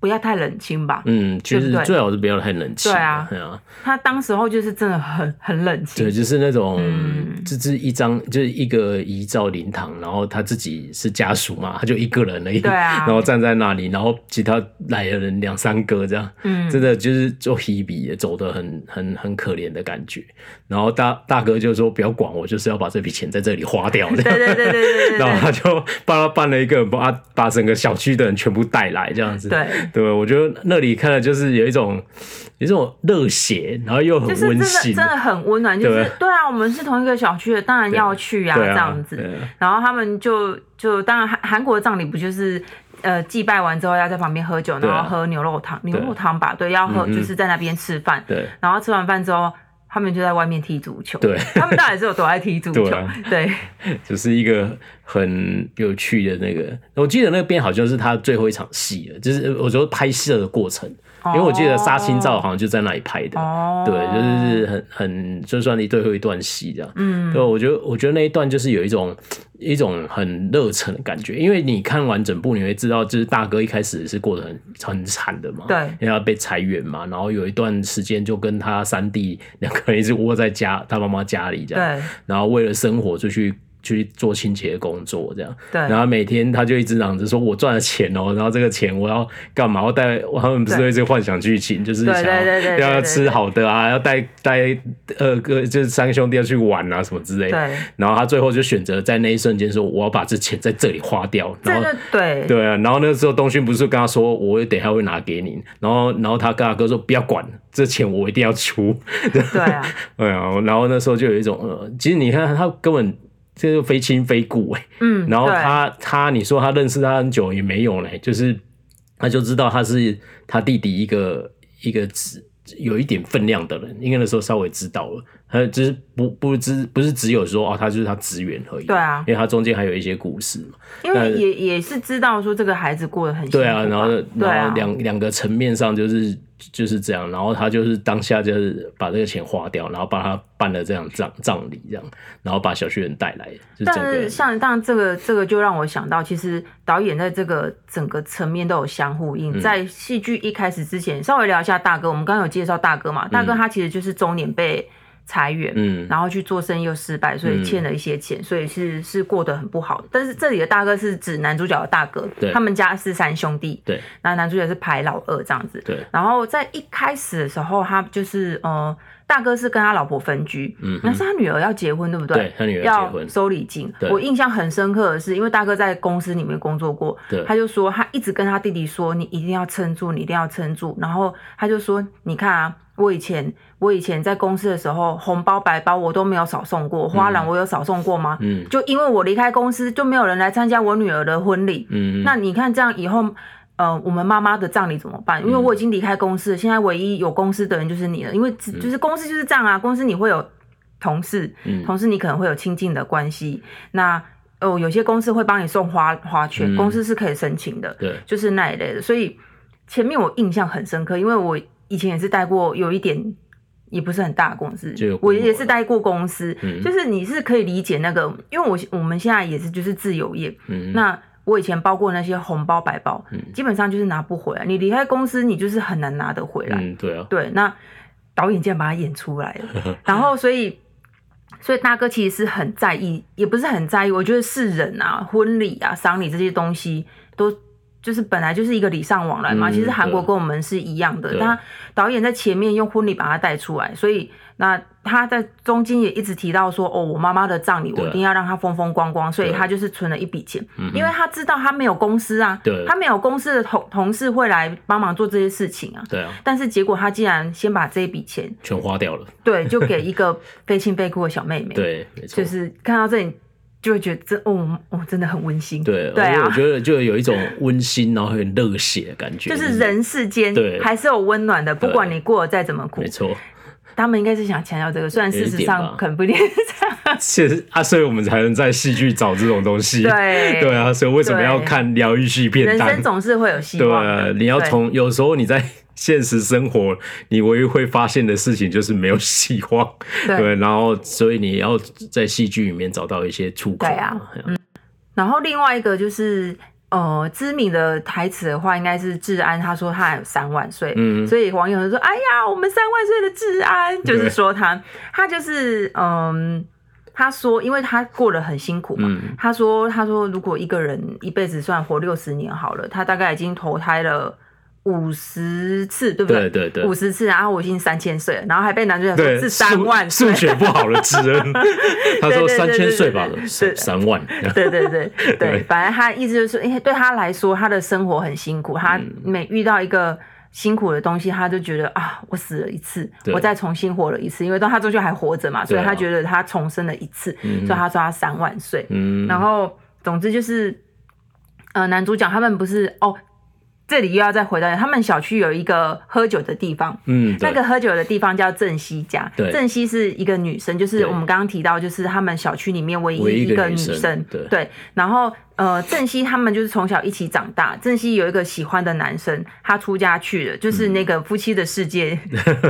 B: 不要太冷清吧。
A: 嗯，其
B: 对
A: 实
B: 不对
A: 最好是不要太冷气，
B: 对啊
A: 对啊，
B: 他当时候就是真的很很冷清
A: 对，，就是那种，
B: 嗯
A: 就是一张，就是一个遗照灵堂，然后他自己是家属嘛，他就一个人而已，
B: 对啊
A: 然后站在那里，然后其他来的人两三个这样，
B: 嗯，
A: 真的就是做 Hebe 也走得很很很可怜的感觉。然后大大哥就说不要管我，就是要把这笔钱在这里花掉，这
B: 对
A: 样
B: 对对对对对
A: 然后
B: 对
A: 他就帮他办了一个，把把整个小区的人全部带来这样子，
B: 对。
A: 对，我觉得那里看了就是有一种有一种热血，然后又很
B: 就是真
A: 温
B: 的
A: 馨
B: 真，的很温暖，就是
A: 对
B: 对啊，我们是同一个小区的，当然要去啊，
A: 对啊，
B: 这样子。
A: 对啊
B: 然后他们就就当然韩韩国的葬礼不就是呃祭拜完之后要在旁边喝酒，
A: 对啊
B: 然后喝牛肉汤，牛肉汤吧，对，要喝
A: 嗯嗯
B: 就是在那边吃饭，
A: 对
B: 然后吃完饭之后他们就在外面踢足球，
A: 对，
B: 他们到底是有多爱踢足球
A: 对啊？
B: 对
A: 就是一个很有趣的那个。我记得那边好像是他最后一场戏了，就是呃我说拍摄的过程，因为我记得杀青照好像就在那里拍的。
B: 哦，
A: 对，就是很很，就算你最后一段戏这样，
B: 嗯
A: 对，我觉得我觉得那一段就是有一种一种很热忱的感觉，因为你看完整部，你会知道，就是大哥一开始是过得很很惨的嘛，
B: 对
A: 因为他被裁员嘛，然后有一段时间就跟他三弟两个人一直窝在家他妈妈家里这样，
B: 对
A: 然后为了生活就去去做清洁工作这样，
B: 对
A: 然后每天他就一直嚷着说：“我赚了钱哦，然后这个钱我要干嘛？要带我他们不是
B: 对
A: 有一些幻想剧情，就是
B: 对
A: 想
B: 对对
A: 要
B: 对对
A: 要
B: 对
A: 吃好的啊，要带带二哥就是三兄弟要去玩啊什么之类的。
B: 对，
A: 然后他最后就选择在那一瞬间说：“我要把这钱在这里花掉。”然
B: 这
A: 后
B: 个对
A: 对啊，然后那时候东勋不是跟他说，我等一下会拿给你，然后然后他跟他哥说不要管，这钱我一定要出。
B: 对啊，
A: 对啊，然后那时候就有一种，呃，其实你看他根本这就非亲非故哎、
B: 嗯，
A: 然后
B: 对
A: 他他你说他认识他很久也没有嘞，就是他就知道他是他弟弟一个一个只有一点分量的人，应该那时候稍微知道了，他只是不不知不是只有说哦，他就是他职员而已，
B: 对啊
A: 因为他中间还有一些故事嘛，
B: 因为也也是知道说这个孩子过得很辛苦
A: 呃对
B: 吧，
A: 啊，然后
B: 对
A: 然
B: 啊
A: 后，两两个层面上就是就是这样，然后他就是当下就是把这个钱花掉，然后帮他办了这样葬葬礼这样，然后把小区人带来，就整
B: 但
A: 个人
B: 是像当然这个这个就让我想到，其实导演在这个整个层面都有相呼应。
A: 嗯
B: 在戏剧一开始之前，稍微聊一下大哥，我们刚刚有介绍大哥嘛，大哥他其实就是中年被裁员。
A: 嗯
B: 然后去做生意又失败，所以
A: 嗯
B: 欠了一些钱，所以是是过得很不好。但是这里的大哥是指男主角的大哥
A: 对，
B: 他们家是三兄弟，
A: 对
B: 那男主角是排老二这样子。
A: 对
B: 然后在一开始的时候，他就是呃，大哥是跟他老婆分居，
A: 嗯哼
B: 那是他女儿要结婚，对不对？
A: 对，他女儿结
B: 要
A: 婚，
B: 收礼金
A: 对。
B: 我印象很深刻的是，因为大哥在公司里面工作过
A: 对，
B: 他就说他一直跟他弟弟说，你一定要撑住，你一定要撑住。然后他就说，你看啊，我以前我以前在公司的时候，红包白包我都没有少送过，花篮我有少送过吗？
A: 嗯
B: 就因为我离开公司，就没有人来参加我女儿的婚礼。
A: 嗯，
B: 那你看这样以后，呃，我们妈妈的葬礼怎么办？因为
A: 嗯
B: 我已经离开公司了，现在唯一有公司的人就是你了。因为只就是公司就是这样啊，公司你会有同事，
A: 嗯
B: 同事你可能会有亲近的关系。那哦，有些公司会帮你送花花圈，
A: 嗯
B: 公司是可以申请的，
A: 对
B: 就是那一类的。所以前面我印象很深刻，因为我。以前也是待过有一点。也不是很大的公司
A: 就有，
B: 我
A: 规模
B: 也是
A: 了
B: 待过公司，
A: 嗯
B: 就是你是可以理解那个，因为我我们现在也是就是自由业，
A: 嗯，
B: 那我以前包过那些红包白包，
A: 嗯
B: 基本上就是拿不回来。你离开公司，你就是很难拿得回来。
A: 嗯，对啊，
B: 对，那导演竟然把它演出来了，然后所以。所以大哥其实是很在意，也不是很在意。我觉得是人啊，婚礼啊、丧礼这些东西，都就是本来就是一个礼尚往来嘛。
A: 嗯
B: 其实韩国
A: 对
B: 跟我们是一样的，
A: 对
B: 他导演在前面用婚礼把它带出来，所以那他在中间也一直提到说，哦，我妈妈的葬礼我
A: 对
B: 一定要让她风风光光，所以
A: 对
B: 他就是存了一笔钱。
A: 嗯哼
B: 因为他知道他没有公司啊，
A: 对
B: 他没有公司的同同事会来帮忙做这些事情啊。
A: 对啊，
B: 但是结果他竟然先把这一 笔钱，
A: 全花掉了，
B: 对，就给一个非亲非故的小妹妹，，
A: 对，没错，
B: 就是看到这里就会觉得这，哦，哦，真的很温馨，
A: 对，
B: 对
A: 而且
B: 啊
A: 我，觉得就有一种温馨，然后很热血的感觉，嗯
B: 就是，人世间
A: 对
B: 还是有温暖的，不管你过得再怎么苦
A: 没， 错，
B: 他们应该是想强调这个，虽然
A: 有一
B: 事实
A: 点吧
B: 上肯不定是这样，
A: 其实啊，所以我们才能在戏剧找这种东西，
B: 对
A: 对啊，所以为什么要
B: 对
A: 看疗愈系片
B: 人
A: 单
B: 生？总是会有希
A: 对
B: 望
A: 啊
B: 的，，
A: 你要
B: 对
A: 从有时候你在 现实生活，你唯一会发现的事情就是没有希望，
B: 对
A: 对，然后所以你要在戏剧里面找到一些出口
B: 对啊
A: 嘛，
B: 然后另外一个就是。呃，知名的台词的话，应该是治安。他说他还有三万岁，
A: 嗯
B: 所以网友就说：“哎呀，我们三万岁的治安，就是说他，他就是嗯，他说，因为他过得很辛苦嘛。
A: 嗯
B: 他说，他说，如果一个人一辈子算活六十年好了，他大概已经投胎了五十次，对不
A: 对对对
B: 五。十次，然后我已经三千岁了，然后还被男 主角说
A: 对，
B: 是三万
A: 数
B: 岁
A: 数。学不好的知 恩，他说
B: 对对
A: 三
B: 对
A: 千岁吧
B: 对对，对
A: 三三万，
B: 对对对
A: 对
B: 对，反正他意思就是说，因为对他来说，他的生活很辛苦，
A: 嗯
B: 他每遇到一个辛苦的东西，他就觉得啊，我死了一次
A: 对，
B: 我再重新活了一次，因为到他终究还活着嘛，所以
A: 对啊
B: 他觉得他重生了一次，
A: 嗯
B: 所以他说他三万岁。
A: 嗯，
B: 然后总之就是，呃，男主角他们不是哦，这里又要再回到他们小区有一个喝酒的地方，
A: 嗯，对
B: 那个喝酒的地方叫郑熙家，
A: 对
B: 郑熙是一个女生，就是
A: 对
B: 我们刚刚提到，就是他们小区里面唯
A: 唯一
B: 一
A: 一个
B: 一个
A: 女
B: 女
A: 生
B: 生，
A: 对
B: 然后呃，郑熙他们就是从小一起长大，郑熙有一个喜欢的男生，他出家去了，就是那个夫妻的 世界，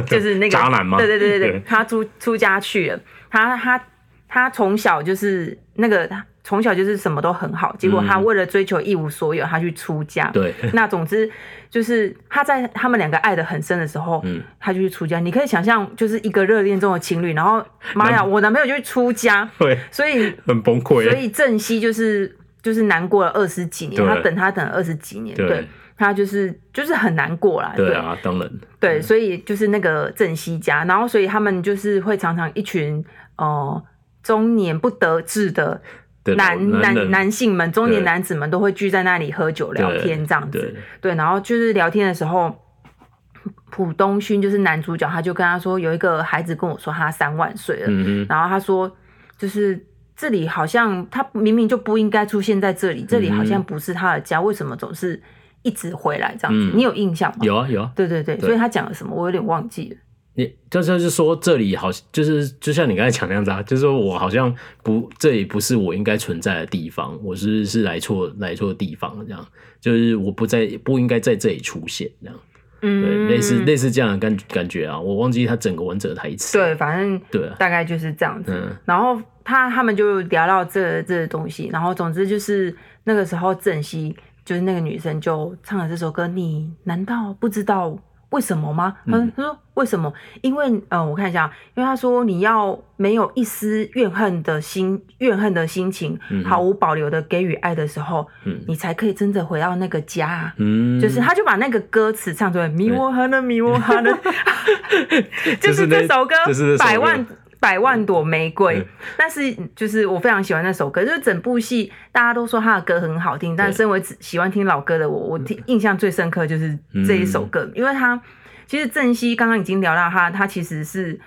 B: 就是那个
A: 渣男吗
B: 对对对对
A: 对
B: 对，他出出家去了，他他他从小就是那个他从小就是什么都很好，结果他
A: 嗯
B: 为了追求一无所有，他去出家，
A: 对，
B: 那总之就是他在他们两个爱的很深的时候，
A: 嗯
B: 他就去出家。你可以想象，就是一个热恋中的情侣，然后妈呀，我男朋友就去出家，
A: 会
B: 所以
A: 很崩
B: 所
A: 溃，
B: 以郑熙就是就是难过了二十几年，
A: 对
B: 他等他等了二十几年，
A: 对
B: 对他就是就是很难过啦，
A: 对啊，当然，
B: 对，所以就是那个郑熙家，然后所以他们就是会常常一群呃中年不得志的
A: 对老
B: 男
A: 男
B: 男
A: 人
B: 男性们、中年
A: 对
B: 男子们都会聚在那里喝酒聊
A: 对
B: 天这样子，
A: 对，
B: 对，然后就是聊天的时候，浦东勋就是男主角，他就跟他说，有一个孩子跟我说他三万岁了，
A: 嗯
B: 然后他说就是这里好像他明明就不应该出现在这里，这里好
A: 嗯
B: 像不是他的家，为什么总是一直回来这样
A: 嗯
B: 子？你有印象吗？
A: 哼，有啊有啊，
B: 对对对，
A: 对
B: 所以他讲了什么，我有点忘记了。
A: 你就是就是说这里好像就是就像你刚才讲那样子啊，就是说我好像不这里不是我应该存在的地方，我是是来错来错地方了这样，就是我不在不应该在这里出现这样，对，
B: 嗯，
A: 类似类似这样的感感觉啊，我忘记他整个完整的台词，
B: 对，反正
A: 对啊，
B: 大概就是这样子。
A: 嗯
B: 然后他他们就聊到这这东西，然后总之就是那个时候郑熙就是那个女生就唱了这首歌，你难道不知道为什么吗？她
A: 嗯
B: 她说为什么？因为呃，我看一下，因为她说你要没有一丝怨恨的心，怨恨的心情
A: 嗯，
B: 毫无保留的给予爱的时候，
A: 嗯
B: 你才可以真的回到那个家啊。
A: 嗯，
B: 就是他就把那个歌词唱出来，迷我哈呢，迷我哈呢，就是这首歌
A: 就是那就是这首歌
B: 《百万百万朵玫瑰》
A: 嗯
B: 但是就是我非常喜欢那首歌，就是整部戏大家都说他的歌很好听，但
A: 对嗯
B: 身为只喜欢听老歌的我，我听印象最深刻就是这一首歌，因为他其实郑熙刚刚已经聊到他，他其实是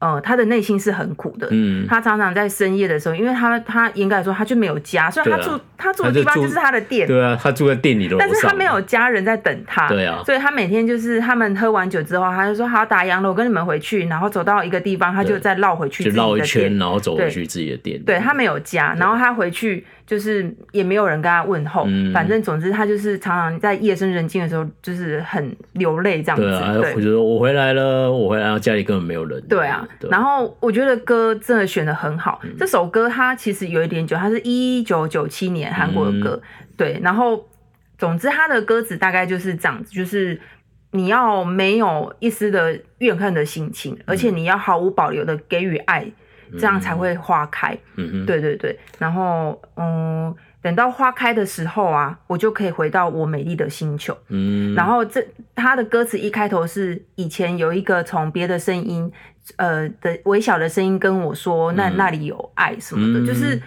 B: 呃他的内心是很苦的，
A: 嗯，
B: 他常常在深夜的时候，因为他他严格来说他就没有家，虽然他
A: 对啊
B: 住、他住
A: 他
B: 的
A: 就
B: 地方
A: 住
B: 就是他的店，
A: 对啊，他住在店里楼上，
B: 但是他没有家人在等他，
A: 对啊
B: 所以他每天就是他们喝完酒之后，他就说好打烊了，我跟你们回去，然后走到一个地方，他就再绕回去
A: 就
B: 自己的
A: 绕一
B: 店
A: 圈，然后走回
B: 对
A: 去自己的店，
B: 对他没有家，然后他回去就是也没有人跟他问候，
A: 嗯
B: 反正总之他就是常常在夜深人静的时候，就是很流泪这样子。
A: 对啊，我觉得我回来了，我回来了，家里根本没有人。
B: 对啊，然后我觉得歌真的选的很好，
A: 嗯
B: 这首歌它其实有一点久，它是一九九七年韩国的歌，
A: 嗯
B: 对，然后总之它的歌词大概就是这样子，就是你要没有一丝的怨恨的心情，
A: 嗯
B: 而且你要毫无保留的给予爱，这样才会花开。
A: 嗯哼，
B: 对对对，然后嗯，等到花开的时候啊，我就可以回到我美丽的星球。
A: 嗯，
B: 然后这他的歌词一开头是以前有一个从别的声音，呃的微小的声音跟我说，那
A: 嗯
B: 那里有爱什么的，
A: 嗯
B: 就是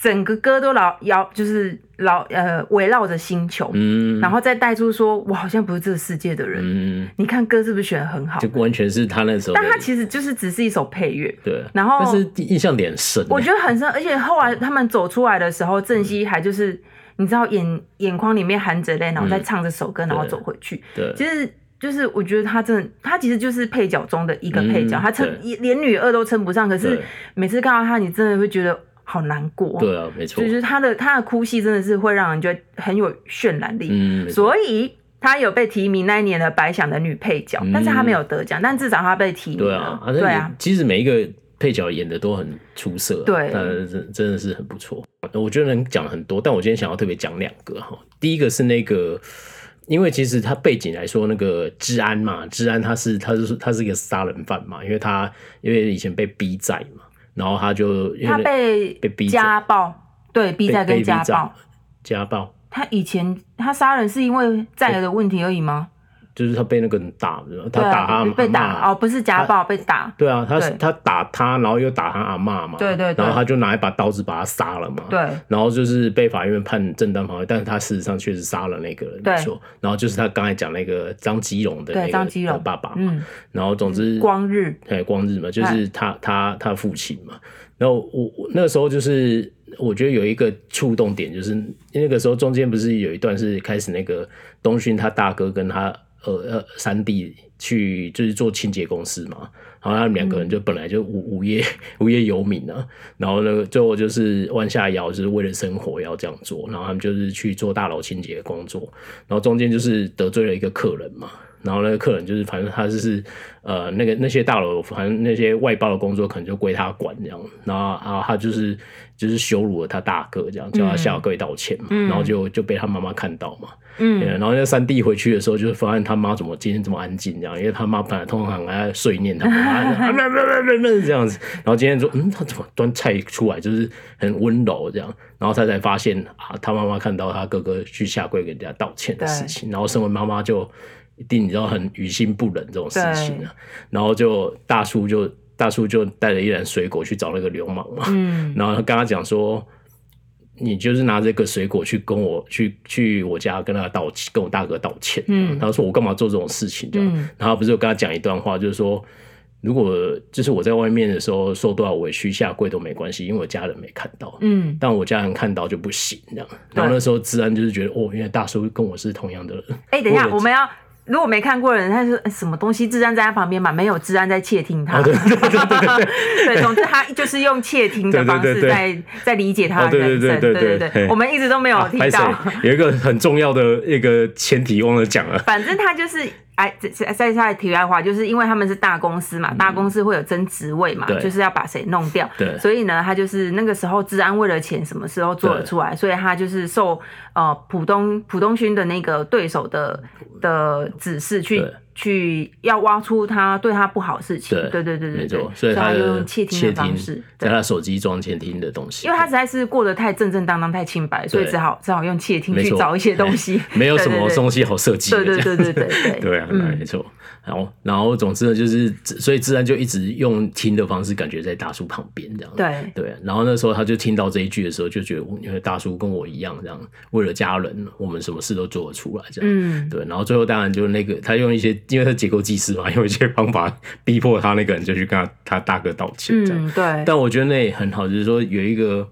B: 整个歌都绕绕，就是绕呃围绕着星球，
A: 嗯，
B: 然后再带出说我好像不是这个世界的人。
A: 嗯，
B: 你看歌是不是选的很好
A: 就？完全是他那时候的，
B: 但它其实就是只是一首配乐，
A: 对，
B: 然后
A: 但是印象点很深欸，
B: 我觉得很深，而且后来他们走出来的时候，
A: 嗯
B: 郑希还就是你知道眼眼眶里面含着泪，然后再唱这首歌，然后走回去。
A: 嗯对，
B: 其实就是我觉得他真的，他其实就是配角中的一个配角，
A: 嗯
B: 他称连女二都称不上，可是
A: 对
B: 每次看到他，你真的会觉得好难过。
A: 对啊，没错
B: 就，是他的他的哭戏真的是会让人觉得很有渲染力。
A: 嗯，没错
B: 所以他有被提名那一年的白想的女配角，
A: 嗯
B: 但是他没有得奖，但至少他被提名
A: 对啊
B: 了，。
A: 反正
B: 对啊
A: 也，其实每一个配角演的都很出色啊，
B: 对
A: 呃，真真的是很不错。我觉得能讲很多，但我今天想要特别讲两个哈。第一个是那个，因为其实他背景来说，那个治安嘛，治安他是他是他是一个杀人犯嘛，因为他因为以前被逼债嘛，然后他就因为
B: 他
A: 那
B: 被
A: 被逼
B: 家暴，对，逼债
A: 被
B: 跟
A: 逼
B: 家
A: 债
B: 暴。
A: 家暴，
B: 他以前他杀人是因为债的问题而已吗？
A: 就是他被那个人打，他
B: 对啊
A: 打他
B: 被
A: 阿嬷
B: 打哦，不是家暴被打，
A: 对啊，他
B: 对
A: 他打他，然后又打他阿嬷嘛，
B: 对对对
A: 然后他就拿一把刀子把他杀了嘛，
B: 对
A: 然后就是被法院判正当防卫，但是他事实上确实杀了那个人，
B: 对
A: 没错。然后就是他刚才讲那个张基荣的
B: 对
A: 那个
B: 张基荣
A: 的爸爸，
B: 嗯，
A: 然后啊总之
B: 光日，
A: 对哎光日嘛，就是他他他父亲嘛。然后我我那个时候就是我觉得有一个触动点，就是那个时候中间不是有一段是开始那个东勋他大哥跟他呃呃三弟去就是做清洁公司嘛，然后他们两个人就本来就无无业无业游民啊，然后呢最后就是弯下腰，就是为了生活要这样做，然后他们就是去做大楼清洁的工作，然后中间就是得罪了一个客人嘛，然后那个客人就是反正他就是呃那个那些大楼，反正那些外包的工作可能就归他管这样，然后啊他就是就是羞辱了他大哥这样，叫他下跪道歉嘛，
B: 嗯
A: 然后就就被他妈妈看到嘛，对
B: 嗯，
A: 然后那三弟回去的时候，就是发现他妈怎么今天这么安静这样，因为他妈本来通常还在碎念他妈妈，啊不 不不不不这样子，然后今天说，嗯，他怎么端菜出来，就是很温柔这样，然后他才发现啊，他妈妈看到他哥哥去下跪给人家道歉的事情，然后身为妈妈就一定你知道很于心不忍这种事情啊，然后就大叔就大叔就带了一篮水果去找那个流氓 嘛，
B: 嗯，
A: 然后他跟他讲说，你就是拿这个水果去跟我去去我家跟他道歉，跟我大哥道歉。
B: 嗯
A: 他说我干嘛做这种事情？这样，
B: 嗯
A: 然后不是有跟他讲一段话，就是说。如果就是我在外面的时候受多少委屈下跪都没关系，因为我家人没看到，
B: 嗯，
A: 但我家人看到就不行这样。然后那时候治安就是觉得哦，原来大叔跟我是同样 的人，
B: 哎，等一下，
A: 我
B: 我们要如果没看过的人，他说哎什么东西，治安在他旁边嘛，没有治安在窃听他，
A: 哦对对对对对对
B: 对，总之他就是用窃听的方
A: 对
B: 式
A: 对对对
B: 在在理解他
A: 哦
B: 的
A: 对对
B: 人生，
A: 对对对
B: 对对，
A: 嘿
B: 我们一直都没 有
A: 啊
B: 哎听
A: 拍
B: 到，
A: 谁有一个很重要的一个前提忘了讲了，
B: 反正他就是哎，这这在在题外话，就是因为他们是大公司嘛，大公司会有争职位嘛，
A: 嗯对
B: 就是要把谁弄掉。
A: 对
B: 所以呢，他就是那个时候治安为了钱，什么事都做得
A: 对
B: 出来，所以他就是受呃浦东浦东勋的那个对手的的指示去
A: 对。
B: 去要挖出他对他不好的事情，
A: 对
B: 对对对对
A: 没
B: 嗯对
A: 错，，所以
B: 他
A: 他
B: 就
A: 的
B: 用窃听的方式，
A: 在
B: 对，
A: 他手机装窃听的东西，
B: 因为他实在是过得太正正当当、太清白，所以
A: 对
B: 只好只好用窃听
A: 没
B: 去
A: 错
B: 找一些东西，
A: 没有什
B: 对
A: 么东西好设计的，
B: 对对对
A: 这
B: 对
A: 样
B: 对
A: 子
B: 对
A: 对啊，
B: 嗯
A: 没错。然后，然后，总之呢，就是，所以自然就一直用听的方式，感觉在大叔旁边这样。
B: 对
A: 对，啊然后那时候他就听到这一句的时候，就觉得，因为大叔跟我一样，这样为了家人，我们什么事都做得出来，这样。
B: 嗯，
A: 对，然后最后当然就是那个，他用一些，因为他结构技师嘛，用一 些方法逼迫他那个人就去跟他他大哥道歉，这样。
B: 嗯，对，
A: 但我觉得那也很好，就是说有一个，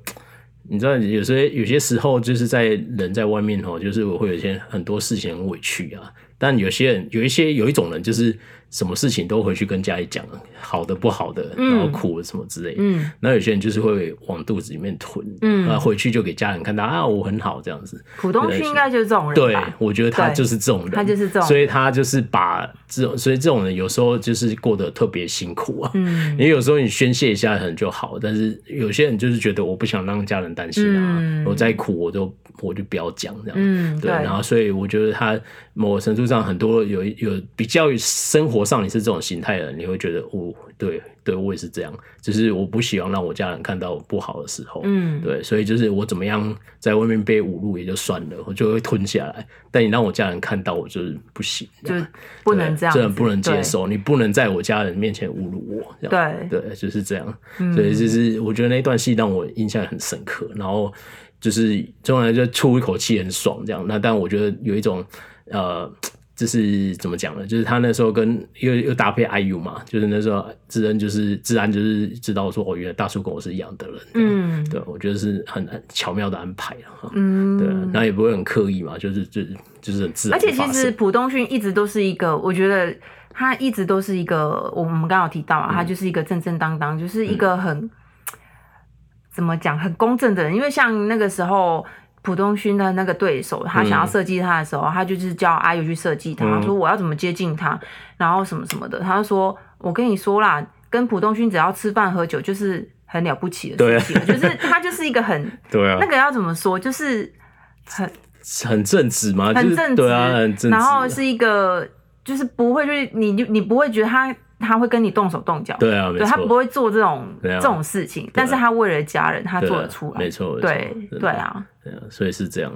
A: 你知道，有些有些时候就是在人在外面哦，就是我会有一些很多事情很委屈啊，但有些人有一些有一种人就是什么事情都回去跟家里讲，好的不好的，然后
B: 嗯
A: 苦的什么之类的。
B: 嗯
A: 那有些人就是会往肚子里面吞，
B: 嗯
A: 那回去就给家人看到啊，我很好这样子。
B: 浦东区应该就是这种人
A: 对
B: 吧？，
A: 我觉得他
B: 对
A: 就是这种人，
B: 他就是这种人
A: 所以他就是把这种，所以这种人有时候就是过得特别辛苦啊。
B: 嗯
A: 因为有时候你宣泄一下可能就好，但是有些人就是觉得我不想让家人担心啊，
B: 嗯
A: 我再苦我都我就不要讲这样。
B: 嗯，
A: 对，
B: 对，
A: 然后所以我觉得他某个程度上很多有有比较生活上你是这种形态的人，你会觉得哦，对对，我也是这样，就是我不希望让我家人看到我不好的时候。
B: 嗯，
A: 对，所以就是我怎么样在外面被侮辱也就算了，我就会吞下来。但你让我家人看到，我就是不行，
B: 就不能这样子，
A: 这很不能接
B: 对。
A: 受。你不能在我家人面前侮辱我，这样
B: 对，
A: 对，就是这样。
B: 嗯
A: 所以就是我觉得那段戏让我印象很深刻，然后就是终然就出一口气很爽这样。那但我觉得有一种呃，就是怎么讲呢？就是他那时候跟又又搭配 IU 嘛，就是那时候智恩就是智安就是知道说哦，原来大叔跟我是一样的人。这样，
B: 嗯
A: 对，我觉得是很很巧妙的安排了。
B: 嗯，
A: 对，啊那也不会很刻意嘛，就是就是就是很自然
B: 而
A: 地
B: 且
A: 发
B: 其
A: 生。
B: 实浦东勋一直都是一个，我觉得他一直都是一个，我们刚好提
A: 嗯
B: 到啊，他就是一个正正当当，就是一个很、怎么讲，很公正的人。因为像那个时候。浦东勋的那个对手，他想要设计他的时候，他就是叫阿尤去设计他，
A: 嗯
B: 说我要怎么接近他，然后什么什么的。他就说：“我跟你说啦，跟浦东勋只要吃饭喝酒，就是很了不起的
A: 对
B: 事情了，就是他就是一个很
A: 对啊
B: 那，个要怎么说，就是很
A: 很正直嘛，就
B: 很
A: 是
B: 正直，
A: 对啊，很正直。
B: 然后是一个就是不会就是你就你不会觉得他他会跟你动手动脚，
A: 对啊，没
B: 他不
A: 错，
B: 会做这种、
A: 对啊
B: 这种事情，但是他为了家人，他
A: 对啊
B: 做得出来，
A: 没错，没错
B: 对
A: 真的
B: 对啊，
A: 对啊，所以是这样。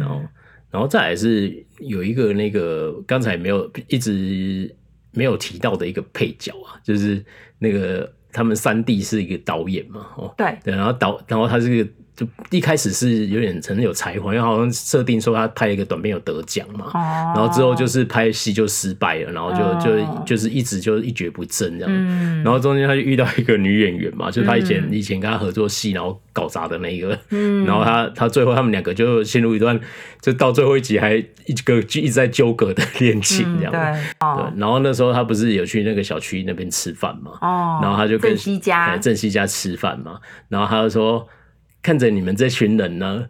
A: 然后
B: 嗯，
A: 然后再来是有一个那个刚才没有一直没有提到的一个配角啊，就是那个他们三弟是一个导演嘛，哦，
B: 对，
A: 对，然后导，然后他这个就一开始是有点很有才华，因为好像设定说他拍了一个短片有得奖嘛，
B: 哦，
A: 然后之后就是拍戏就失败了，然后就
B: 哦
A: 就就是一直就一蹶不振这样。
B: 嗯，
A: 然后中间他就遇到一个女演员嘛，就是他以前、
B: 嗯
A: 以前跟他合作戏，然后搞砸的那一个，
B: 嗯
A: 然后他他最后他们两个就陷入一段，就到最后一集还一个一直在纠葛的恋情
B: 嗯
A: 这样。
B: 对哦
A: 对，然后那时候他不是有去那个小区那边吃饭嘛，
B: 哦，
A: 然后他就跟
B: 郑熙家
A: 对郑熙家吃饭嘛，然后他就说看着你们这群人呢。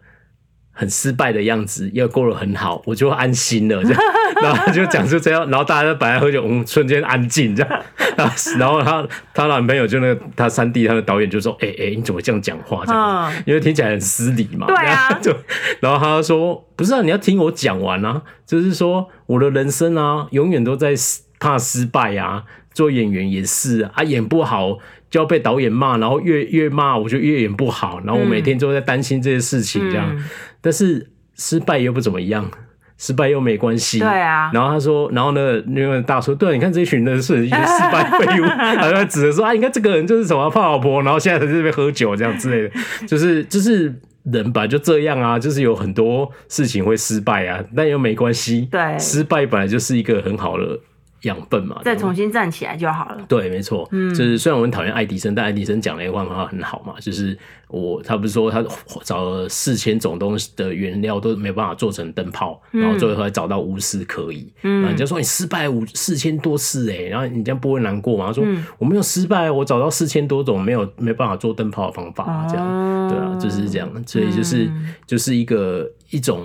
A: 很失败的样子，又过得很好，我就安心了。 这样，然后他就讲出这样，然后大家就本来喝酒，嗯，瞬间安静这样。然后，然后她她男朋友就那个她三弟，他的导演就说：“哎、哎、你怎么这样讲话？”这样子，
B: 嗯
A: 因为听起来很失礼嘛。
B: 对啊
A: 然后 就然后他就说：“不是啊，你要听我讲完啊，就是说我的人生啊，永远都在失怕失败啊。做演员也是啊，啊演不好就要被导演骂，然后越越骂我就越演不好，然后我每天都在担心这些事情这样。
B: 嗯
A: 但是失败又不怎么样，失败又没关系。
B: 对啊
A: 然后他说，然后呢，那个大叔，对，你看这群人是一些失败废物，然后他指着说啊，你看这个人就是什么怕老婆，然后现在在这边喝酒这样之类的，就是就是。人本来就这样啊，就是有很多事情会失败啊，但又没关系。
B: 对
A: 失败本来就是一个很好的养分嘛。
B: 再
A: 这样
B: 重新站起来就好了，
A: 对，没错，就是虽然我很讨厌爱迪生，但爱迪生讲了一段话很好嘛，就是我他不是说他找了四千种东西的原料都没办法做成灯泡，然后最后还找到无丝可以，然后人家说你失败五四千多次哎、然后你这样不会难过吗？他说、我没有失败，我找到四千多种没有没办法做灯泡的方法、啊，这样。
B: 哦
A: 对啊，就是这样，所以就是、
B: 嗯
A: 就是一个一种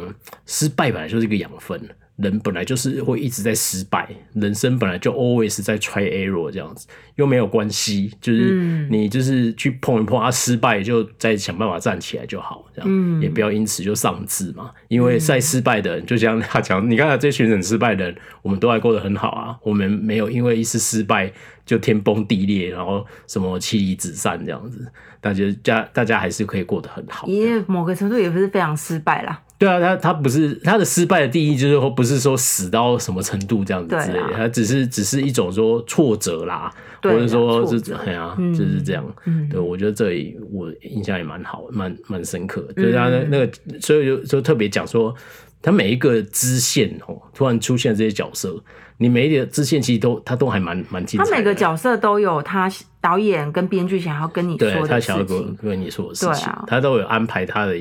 A: 失败本来就是一个养分，人本来就是会一直在失败，人生本来就 always 在 try error 这样子，又没有关系，就是
B: 嗯
A: 你就是去碰一碰啊，失败就再想办法站起来就好，这样、
B: 嗯
A: 也不要因此就丧志嘛，因为再失败的人，就像他讲，你看他这群人失败的人，我们都还过得很好啊，我们没有因为一次失败就天崩地裂，然后什么妻离子散这样子。大家家大家还是可以过得很好。
B: 哦也某个程度也不是非常失败啦，
A: 对啊，他他不是他的失败的定义，就是说不是说死到什么程度这样子
B: 对啊
A: 之类的，他只是只是一种说挫折啦，或
B: 对啊
A: 者说
B: 挫
A: 是
B: 折
A: 哎呀，
B: 嗯
A: 就是这样。
B: 嗯
A: 对，我觉得这里我印象也蛮好，蛮蛮深刻的，就
B: 嗯
A: 是他那那个，所以就就特别讲说，他每一个支线哦，突然出现这些角色，你每一个支线其实都他都还蛮蛮精
B: 他
A: 彩的。
B: 每个角色都有他导演跟编剧想要跟你
A: 对
B: 说
A: 他
B: 的
A: 想要
B: 事
A: 跟
B: 情，
A: 跟你说的事
B: 对
A: 情，
B: 啊
A: 他都有安排他的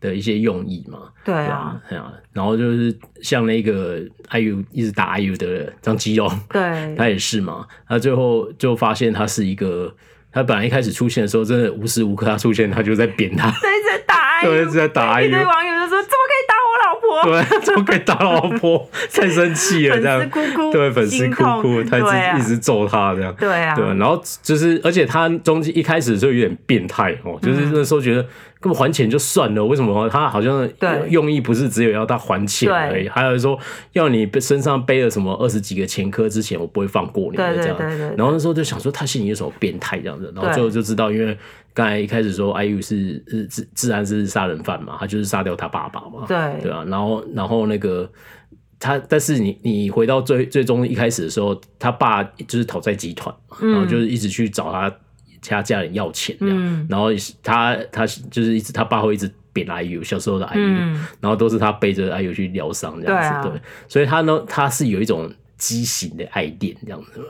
A: 的一些用意嘛。
B: 对
A: 对
B: 啊
A: 啊，，对啊。然后就是像那个 IU 一直打 IU 的张基荣，
B: 对，
A: 他也是嘛，他最后就发现他是一个，他本来一开始出现的时候，真的无时无刻他出现，他就在扁他，
B: 对，一直在打 IU，
A: 对一直在打
B: 一堆
A: IU
B: 网友就说怎么可以打我老 婆？
A: 对，怎么可以打老婆？ 太生气了，
B: 粉
A: 这
B: 丝
A: 样，
B: 哭哭，
A: 对，粉丝
B: 心
A: 哭
B: 痛
A: 哭，他一直、
B: 对啊
A: 一直揍他这样。
B: 对啊，
A: 对，然后就是，而且他中间一开始就有点变态哦，就是
B: 嗯
A: 那时候觉得根本还钱就算了，为什么哦他好像
B: 对
A: 用意不是只有要他还钱而已，还有说要你身上背了什么二十几个前科之前，我不会放过你
B: 对
A: 的
B: 对
A: 这样
B: 对对对。
A: 然后那时候就想说他心里有什么变态这样子，然后
B: 对
A: 最后就知道，因为刚才一开始说 IU 是是自自然是杀人犯嘛，他就是杀掉他爸爸嘛，
B: 对
A: 对啊，然后然后那个他，但是你你回到最最终一开始的时候，他爸就是讨债集团嘛，然后就是一直去找他他家人要钱这样，
B: 嗯
A: 然后也是他他就是一直他爸会一直扁 IU 小时候的 IU，、
B: 嗯
A: 然后都是他背着 IU 去疗伤这样子，
B: 对啊
A: 对，所以他呢他是有一种畸形的爱恋这样子嘛。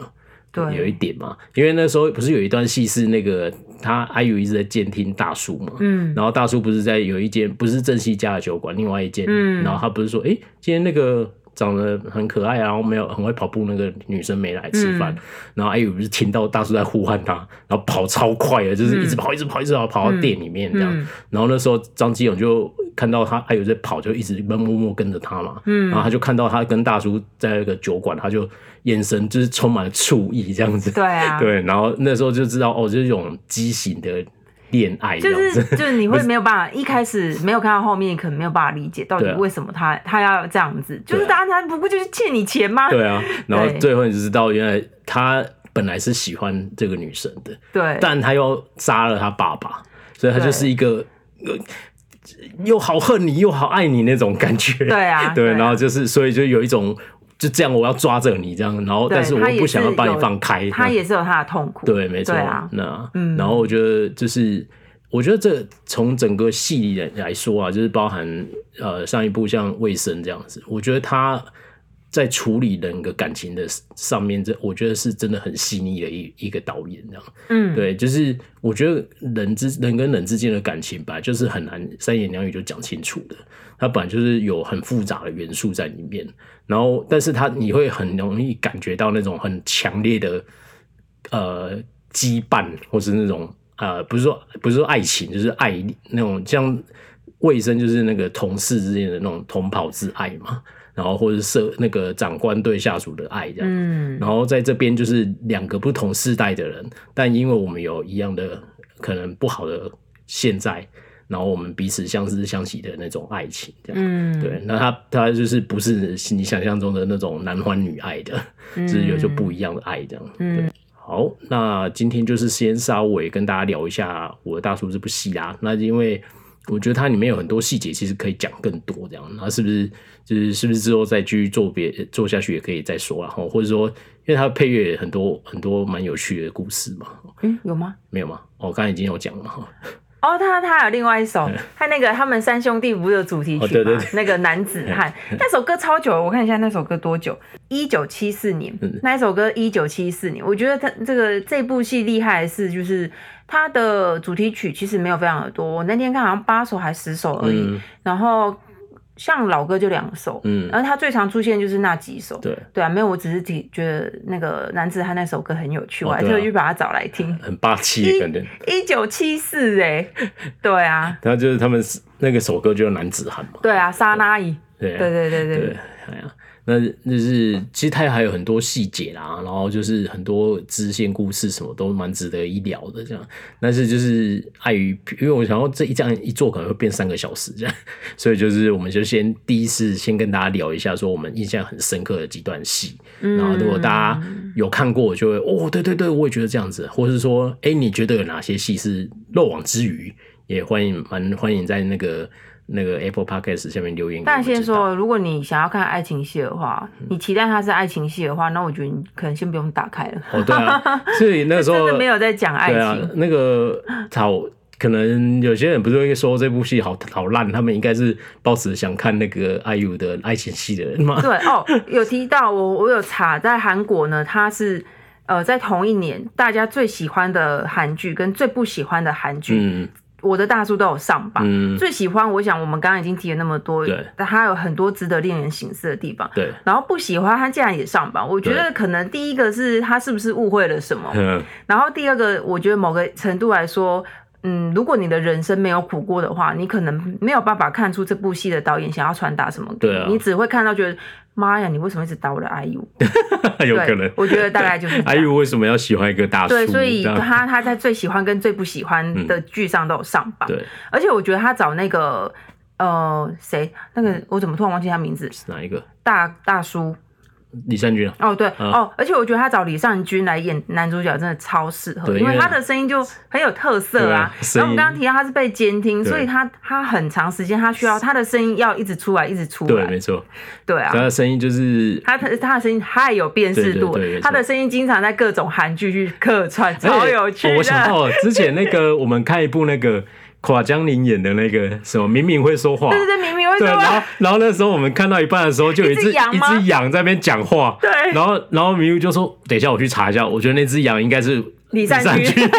B: 对
A: 有一点嘛，因为那时候不是有一段戏是那个他 IU 一直在监听大叔嘛，
B: 嗯，
A: 然后大叔不是在有一间不是正熙家的酒馆，另外一间，
B: 嗯
A: 然后他不是说，哎、今天那个长得很可爱啊，然后没有很会跑步那个女生没来吃饭，
B: 嗯
A: 然后哎，我不是听到大叔在呼唤他，然后跑超快的，就是一直跑，一直跑，一直跑，跑到店里面这样。
B: 嗯
A: 然后那时候张基勇就看到他哎有在跑，就一直默默跟着他嘛，
B: 嗯
A: 然后他就看到他跟大叔在那个酒馆，他就眼神就是充满了醋意这样子。
B: 对 啊，
A: 对，然后那时候就知道哦，就是这种畸形的恋爱这
B: 就
A: 样子，
B: 是就是你会没有办法，一开始没有看到后面，可能没有办法理解到底
A: 对啊
B: 为什么他他要这样子，就是
A: 对啊
B: 他他不过就是欠你钱 吗？
A: 对啊，然后
B: 对
A: 最后你就知道，原来他本来是喜欢这个女生的，
B: 对
A: 但他又杀了他爸爸，所以他
B: 对
A: 就是一个、呃、又好恨你又好爱你那种感 觉。
B: 对啊，
A: 对，
B: 啊
A: 然后就是所以就有一种就这样，我要抓着你这样，然后
B: 对
A: 但是我
B: 他也
A: 不想要
B: 是
A: 把你
B: 有
A: 放开。
B: 他
A: 嗯
B: 也是有他的痛苦，
A: 对，没错。
B: 对啊，
A: 那
B: 嗯
A: 然后我觉得就是，我觉得这从整个戏来来说啊，就是包含呃上一部像卫生这样子，我觉得他在处理人的感情的上面，这我觉得是真的很细腻的一一个导演这样。
B: 嗯，
A: 对，就是我觉得人之人跟人之间的感情吧，就是很难三言两语就讲清楚的。它本来就是有很复杂的元素在里面，然后但是它你会很容易感觉到那种很强烈的呃羁绊，或是那种呃不是说不是说爱情，就是爱那种像卫生就是那个同事之间的那种同袍之爱嘛，然后或者是社那个长官对下属的爱这样子
B: 嗯，
A: 然后在这边就是两个不同世代的人，但因为我们有一样的可能不好的现在，然后我们彼此相知相惜的那种爱情，这样。
B: 嗯，
A: 对，那他他就是不是你想象中的那种男欢女爱的，
B: 嗯
A: 就是有就不一样的爱这样。
B: 嗯
A: 对，好，那今天就是先稍微跟大家聊一下我的大叔这部戏啦。那因为我觉得它里面有很多细节，其实可以讲更多这样。那是不是就是是不是之后再继续做别做下去也可以再说啦，然哦后或者说，因为它的配乐也很多很多蛮有趣的故事嘛，
B: 嗯，有吗？
A: 没有吗？哦，刚才已经有讲了哈。
B: 哦，他他还有另外一首，他那个他们三兄弟不是有主题曲
A: 嗯哦
B: 嘛、
A: 对对嗯对
B: 那个男子汉那首歌超久了，我看一下那首歌多久？一九七四年，
A: 嗯
B: 那一首歌一九七四年。我觉得他这个这部戏厉害的是，就是它的主题曲其实没有非常的多，我那天看好像八首还十首而已。
A: 嗯
B: 然后像老歌就两首，
A: 嗯
B: 然后它最常出现就是那几首。
A: 对，
B: 对啊，没有，我只是提觉得那个男子汉那首歌很有趣，
A: 哦
B: 我还
A: 对啊
B: 特意把它找来听。
A: 很霸气的感觉。
B: 一九七四哎，对啊，
A: 他就是他们那个首歌就叫男子汉嘛，
B: 对啊，沙拉伊，
A: 对啊
B: 对对对对，
A: 对，哎呀，那就是其实它还有很多细节啦，然后就是很多支线故事什么都蛮值得一聊的这样。但是就是碍于，因为我想要这一这样一做可能会变三个小时这样，所以就是我们就先第一次先跟大家聊一下，说我们印象很深刻的几段戏。
B: 嗯
A: 然后如果大家有看过，就会哦，对对对，我也觉得这样子，或是说，哎，你觉得有哪些戏是漏网之鱼？也欢迎蛮欢迎在那个那个 Apple Podcast 下面留言给我
B: 但
A: 们知道。嗯
B: 先说，如果你想要看爱情戏的话，你期待它是爱情戏的话，那我觉得你可能先不用打开了，
A: 哦，对 啊，所以那个时
B: 真
A: 候
B: 的没有在讲爱
A: 对啊
B: 情。，
A: 那个好，可能有些人不是会说这部戏好好烂，他们应该是抱持想看那个 IU 的爱情戏的人嘛。
B: 对哦，有提到我，我有查，在韩国呢，它是呃在同一年大家最喜欢的韩剧跟最不喜欢的韩剧
A: 嗯，
B: 我的大叔都有上榜。
A: 嗯，
B: 最喜欢，我想我们刚刚已经提了那么多
A: 对，
B: 但他有很多值得令人省思的地方。
A: 对，
B: 然后不喜欢他竟然也上榜，我觉得可能第一个是他是不是误会了什么，
A: 嗯，
B: 然后第二个我觉得某个程度来说，嗯，如果你的人生没有苦过的话，你可能没有办法看出这部戏的导演想要传达什么给你，
A: 对啊
B: 你只会看到觉得妈呀，你为什么一直打我的 IU？
A: 有
B: 对
A: 可能。
B: 我觉得大概就是这
A: 哎
B: 样。
A: 呦，啊为什么要喜欢一个大叔？
B: 对，所以
A: 这样嗯
B: 他他在最喜欢跟最不喜欢的剧上都有上榜，
A: 对
B: 而且我觉得他找那个呃谁，那
A: 嗯
B: 个我怎么突然忘记他名字？
A: 是哪一个？
B: 大大叔
A: 李善均啊，
B: 哦，对、
A: 嗯
B: 哦，而且我觉得他找李善均来演男主角真的超适合，
A: 对
B: 因
A: 因
B: 为
A: 为
B: 他的声音就很有特色
A: 对
B: 啊
A: 啊。
B: 然
A: 声
B: 后我们
A: 音
B: 刚刚提到他是被监听，
A: 对
B: 所以他他很长时间他需要他的声音要一直出来，一直出
A: 对，
B: 来，
A: 没错，
B: 对
A: 他
B: 啊。
A: 的声音就是，
B: 他的他的声音太有辨识度
A: 对对对
B: 了，
A: 没错
B: 他的声音经常在各种韩剧去客串，超
A: 哎
B: 有趣
A: 哦我想
B: 的。
A: 到了之前那个，我们看一部那个 垮江林演的那个什么，明明会说话，
B: 对对对，明明 会
A: 对，啊
B: 说
A: 然
B: 话
A: 后然后那时候我们看到一半的时候，就有一
B: 一
A: 只
B: 只羊
A: 一
B: 吗
A: 只羊在那边讲话，
B: 对
A: 然后然后明玉就说：“等一下，我去查一下，我觉得那只羊应该是
B: 李善均
A: 均。”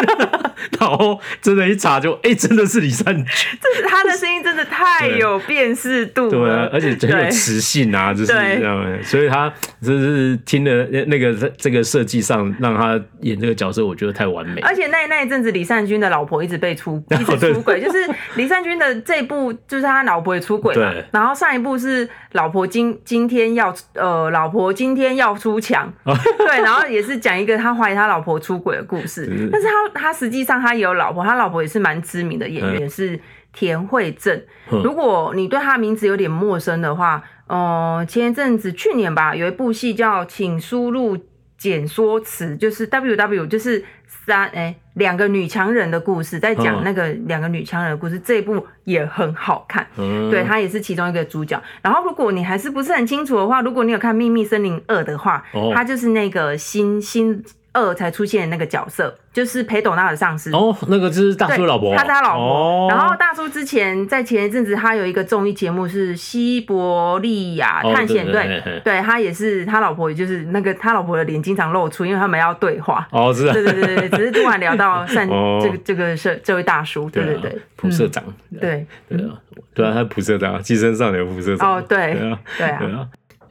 A: 然后真的，一查就哎、真的是李善均，
B: 这 他的声音真的太
A: 对
B: 有辨识度了，
A: 对啊，而且很有
B: 对
A: 磁性啊，就是
B: 对
A: 这样，所以他就是听了那那个这个设计上让他演这个角色，我觉得太完美。
B: 而且那那一阵子，李善均的老婆一直被出，一 直
A: 哦对
B: 出轨，就是李善均的这一部就是他老婆也出轨嘛
A: 对，
B: 然后上一部是老婆今今天要呃，老婆今天要出 墙，
A: 哦
B: 对，然后也是讲一个他怀疑他老婆出轨的故事
A: 是，
B: 但是他他实际上他也有老婆，他老婆也是蛮知名的演员，是田惠正。
A: 嗯
B: 如果你对他名字有点陌生的话，呃，前一阵子去年吧，有一部戏叫《请输入简缩词》，就是 W W，就是三哎两个女强人的故事，在讲
A: 嗯
B: 那个两个女强人的故事，这一部也很好看。
A: 嗯，
B: 对，他也是其中一个主角。然后，如果你还是不是很清楚的话，如果你有看《秘密森林二》的话，
A: 哦
B: 他就是那个新新二才出现的那个角色，就是裴斗娜的上司。
A: 哦，那个就是大
B: 对，
A: 叔的老婆，
B: 他是他老婆。
A: 哦、
B: 然后大叔之前在前一阵子，他有一个综艺节目是《西伯利亚
A: 哦
B: 探险队》
A: 对对对对
B: 对他也是他老婆，也就是那个他老婆的脸经常露出，因为他们要对 话。
A: 哦，是啊，
B: 对对对对，对只是突然聊到善、
A: 哦
B: 这个这个是这位大叔，对对
A: 啊
B: 对
A: 朴社长，
B: 嗯对
A: 对啊，对啊，他朴社长，寄生上流朴社长，
B: 嗯哦对
A: 对啊，
B: 对
A: 对
B: 啊，
A: 啊。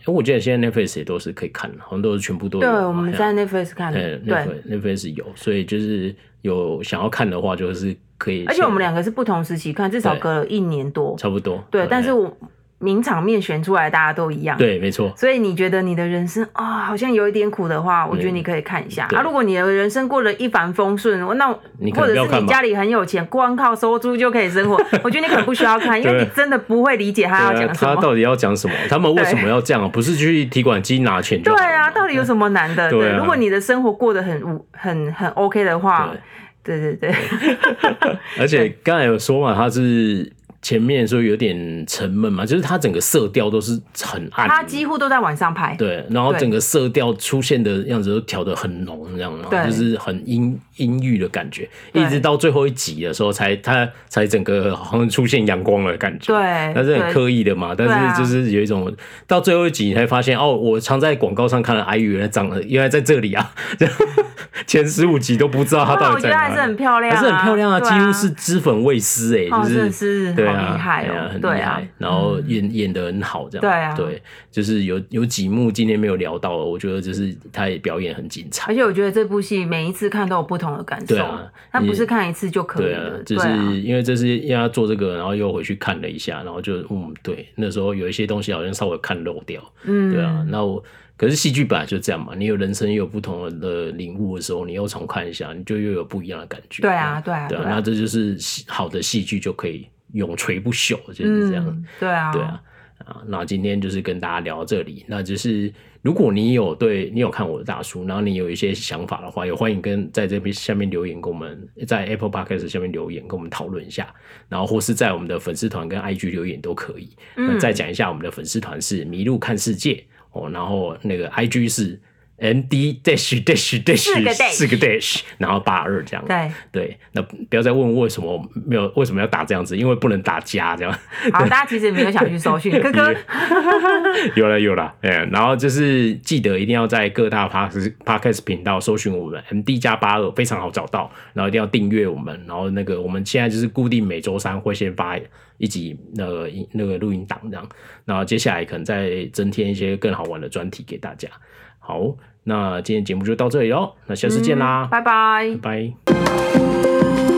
A: 因为我记得现在 Netflix 也都是可以看，好像都是全部都有
B: 对
A: 嘛。
B: 我们
A: 哎呀
B: 在 Netflix 看的，
A: 对
B: 对。
A: Netflix Netflix 有，所以就是有想要看的话，就是可以先。
B: 而且我们两个是不同时期看，至少
A: 对
B: 隔了一年多。
A: 差不多。
B: 对，但是
A: 哎
B: 我名场面选出来，大家都一样。
A: 对，没错，
B: 所以你觉得你的人生啊、好像有一点苦的话，我觉得你可以看一下。
A: 嗯对
B: 啊，如果你的人生过得一帆风顺，那
A: 你可
B: 或
A: 能
B: 者
A: 不要看吧
B: 是你家里很有钱，光靠收租就可以生活，我觉得你可能不需要看，因为
A: 对
B: 你真的不会理解他要
A: 对啊
B: 讲什
A: 他
B: 么。
A: 到底要讲什 么？他们为什么要这样？不是去提款机拿钱就
B: 对
A: 好
B: 啊，到底有什么难的？
A: 对啊
B: 如果你的生活过得很无很很 OK 的话，对对对，
A: 而且刚才有说嘛，他是前面说有点沉闷嘛，就是他整个色调都是很暗的，
B: 他几乎都在晚上拍。
A: 对，然后
B: 对
A: 整个色调出现的样子都调得很浓，这样，然
B: 对
A: 后就是很阴阴郁的感觉，
B: 对
A: 一直到最后一集的时候才，它才整个好像出现阳光了的感觉。
B: 对
A: 但是很
B: 对
A: 刻意的嘛，
B: 啊
A: 但是就是有一种、到最后一集你才发现，哦，我常在广告上看到 IU 原来长得原来在这里啊， 前十五集都不知道他
B: 后哦来
A: 到
B: 我
A: 底
B: 觉
A: 在
B: 得
A: 哪
B: 还
A: 里，
B: 是很漂亮、
A: 还
B: 啊，
A: 是很漂亮啊，
B: 对
A: 几乎是脂粉未施哎、
B: 哦
A: 就
B: 真
A: 是
B: 的是
A: 对啊，
B: 好厉害哦
A: 哎呀很
B: 对
A: 厉
B: 啊
A: 害，然后演演的很好这样，
B: 对啊
A: 对，就是有有几幕今天没有聊到的，我觉得就是他也表演很精彩
B: 而，且我觉得这部戏每一次看都有不同的感受，
A: 对啊
B: 它不
A: 你
B: 是看一次就可以
A: 对啊
B: 了，，
A: 就
B: 对啊
A: 是因为这是因为他做这个，然后又回去看了一下，然后就嗯，对，那时候有一些东西好像稍微看漏掉，
B: 嗯，
A: 对啊，那我可是戏剧本来就这样嘛，你有人生又有不同的领悟的时候，你又重看一下，你就又有不一样的感觉，
B: 对啊，对啊，
A: 对啊，
B: 啊
A: 那这就是戏好的戏剧就可以永垂不朽，就是这样。
B: 嗯，对啊，
A: 对啊，啊，那今天就是跟大家聊到这里。那就是如果你有对你有看我的大叔，然后你有一些想法的话，也欢迎跟在这边下面留言，跟我们在 Apple Podcast 下面留言，跟我们讨论一下。然后或是在我们的粉丝团跟 IG 留言都可以。那
B: 嗯
A: 再讲一下，我们的粉丝团是迷路看世界哦，然后那个 IG 是。 M D dash dash dash
B: 四个 dash
A: 四个 dash，然后八二这样。
B: 对，
A: 对，那不要再问为什么没有为什么要打这样子，因为不能打加这样。
B: 好，大家其实没有想去 搜寻，哥哥，
A: 有了有了，哎、然后就是记得一定要在各大 podcast podcast 频道搜寻我们 MD 加八二，非常好找到，然后一定要订阅我们，然后那个我们现在就是固定每周三会先发一集那个那个录音档这样，然后接下来可能再增添一些更好玩的专题给大家。好，
B: 嗯
A: 那今天节目就到这里喽，那下次见啦，
B: 拜拜
A: 拜。拜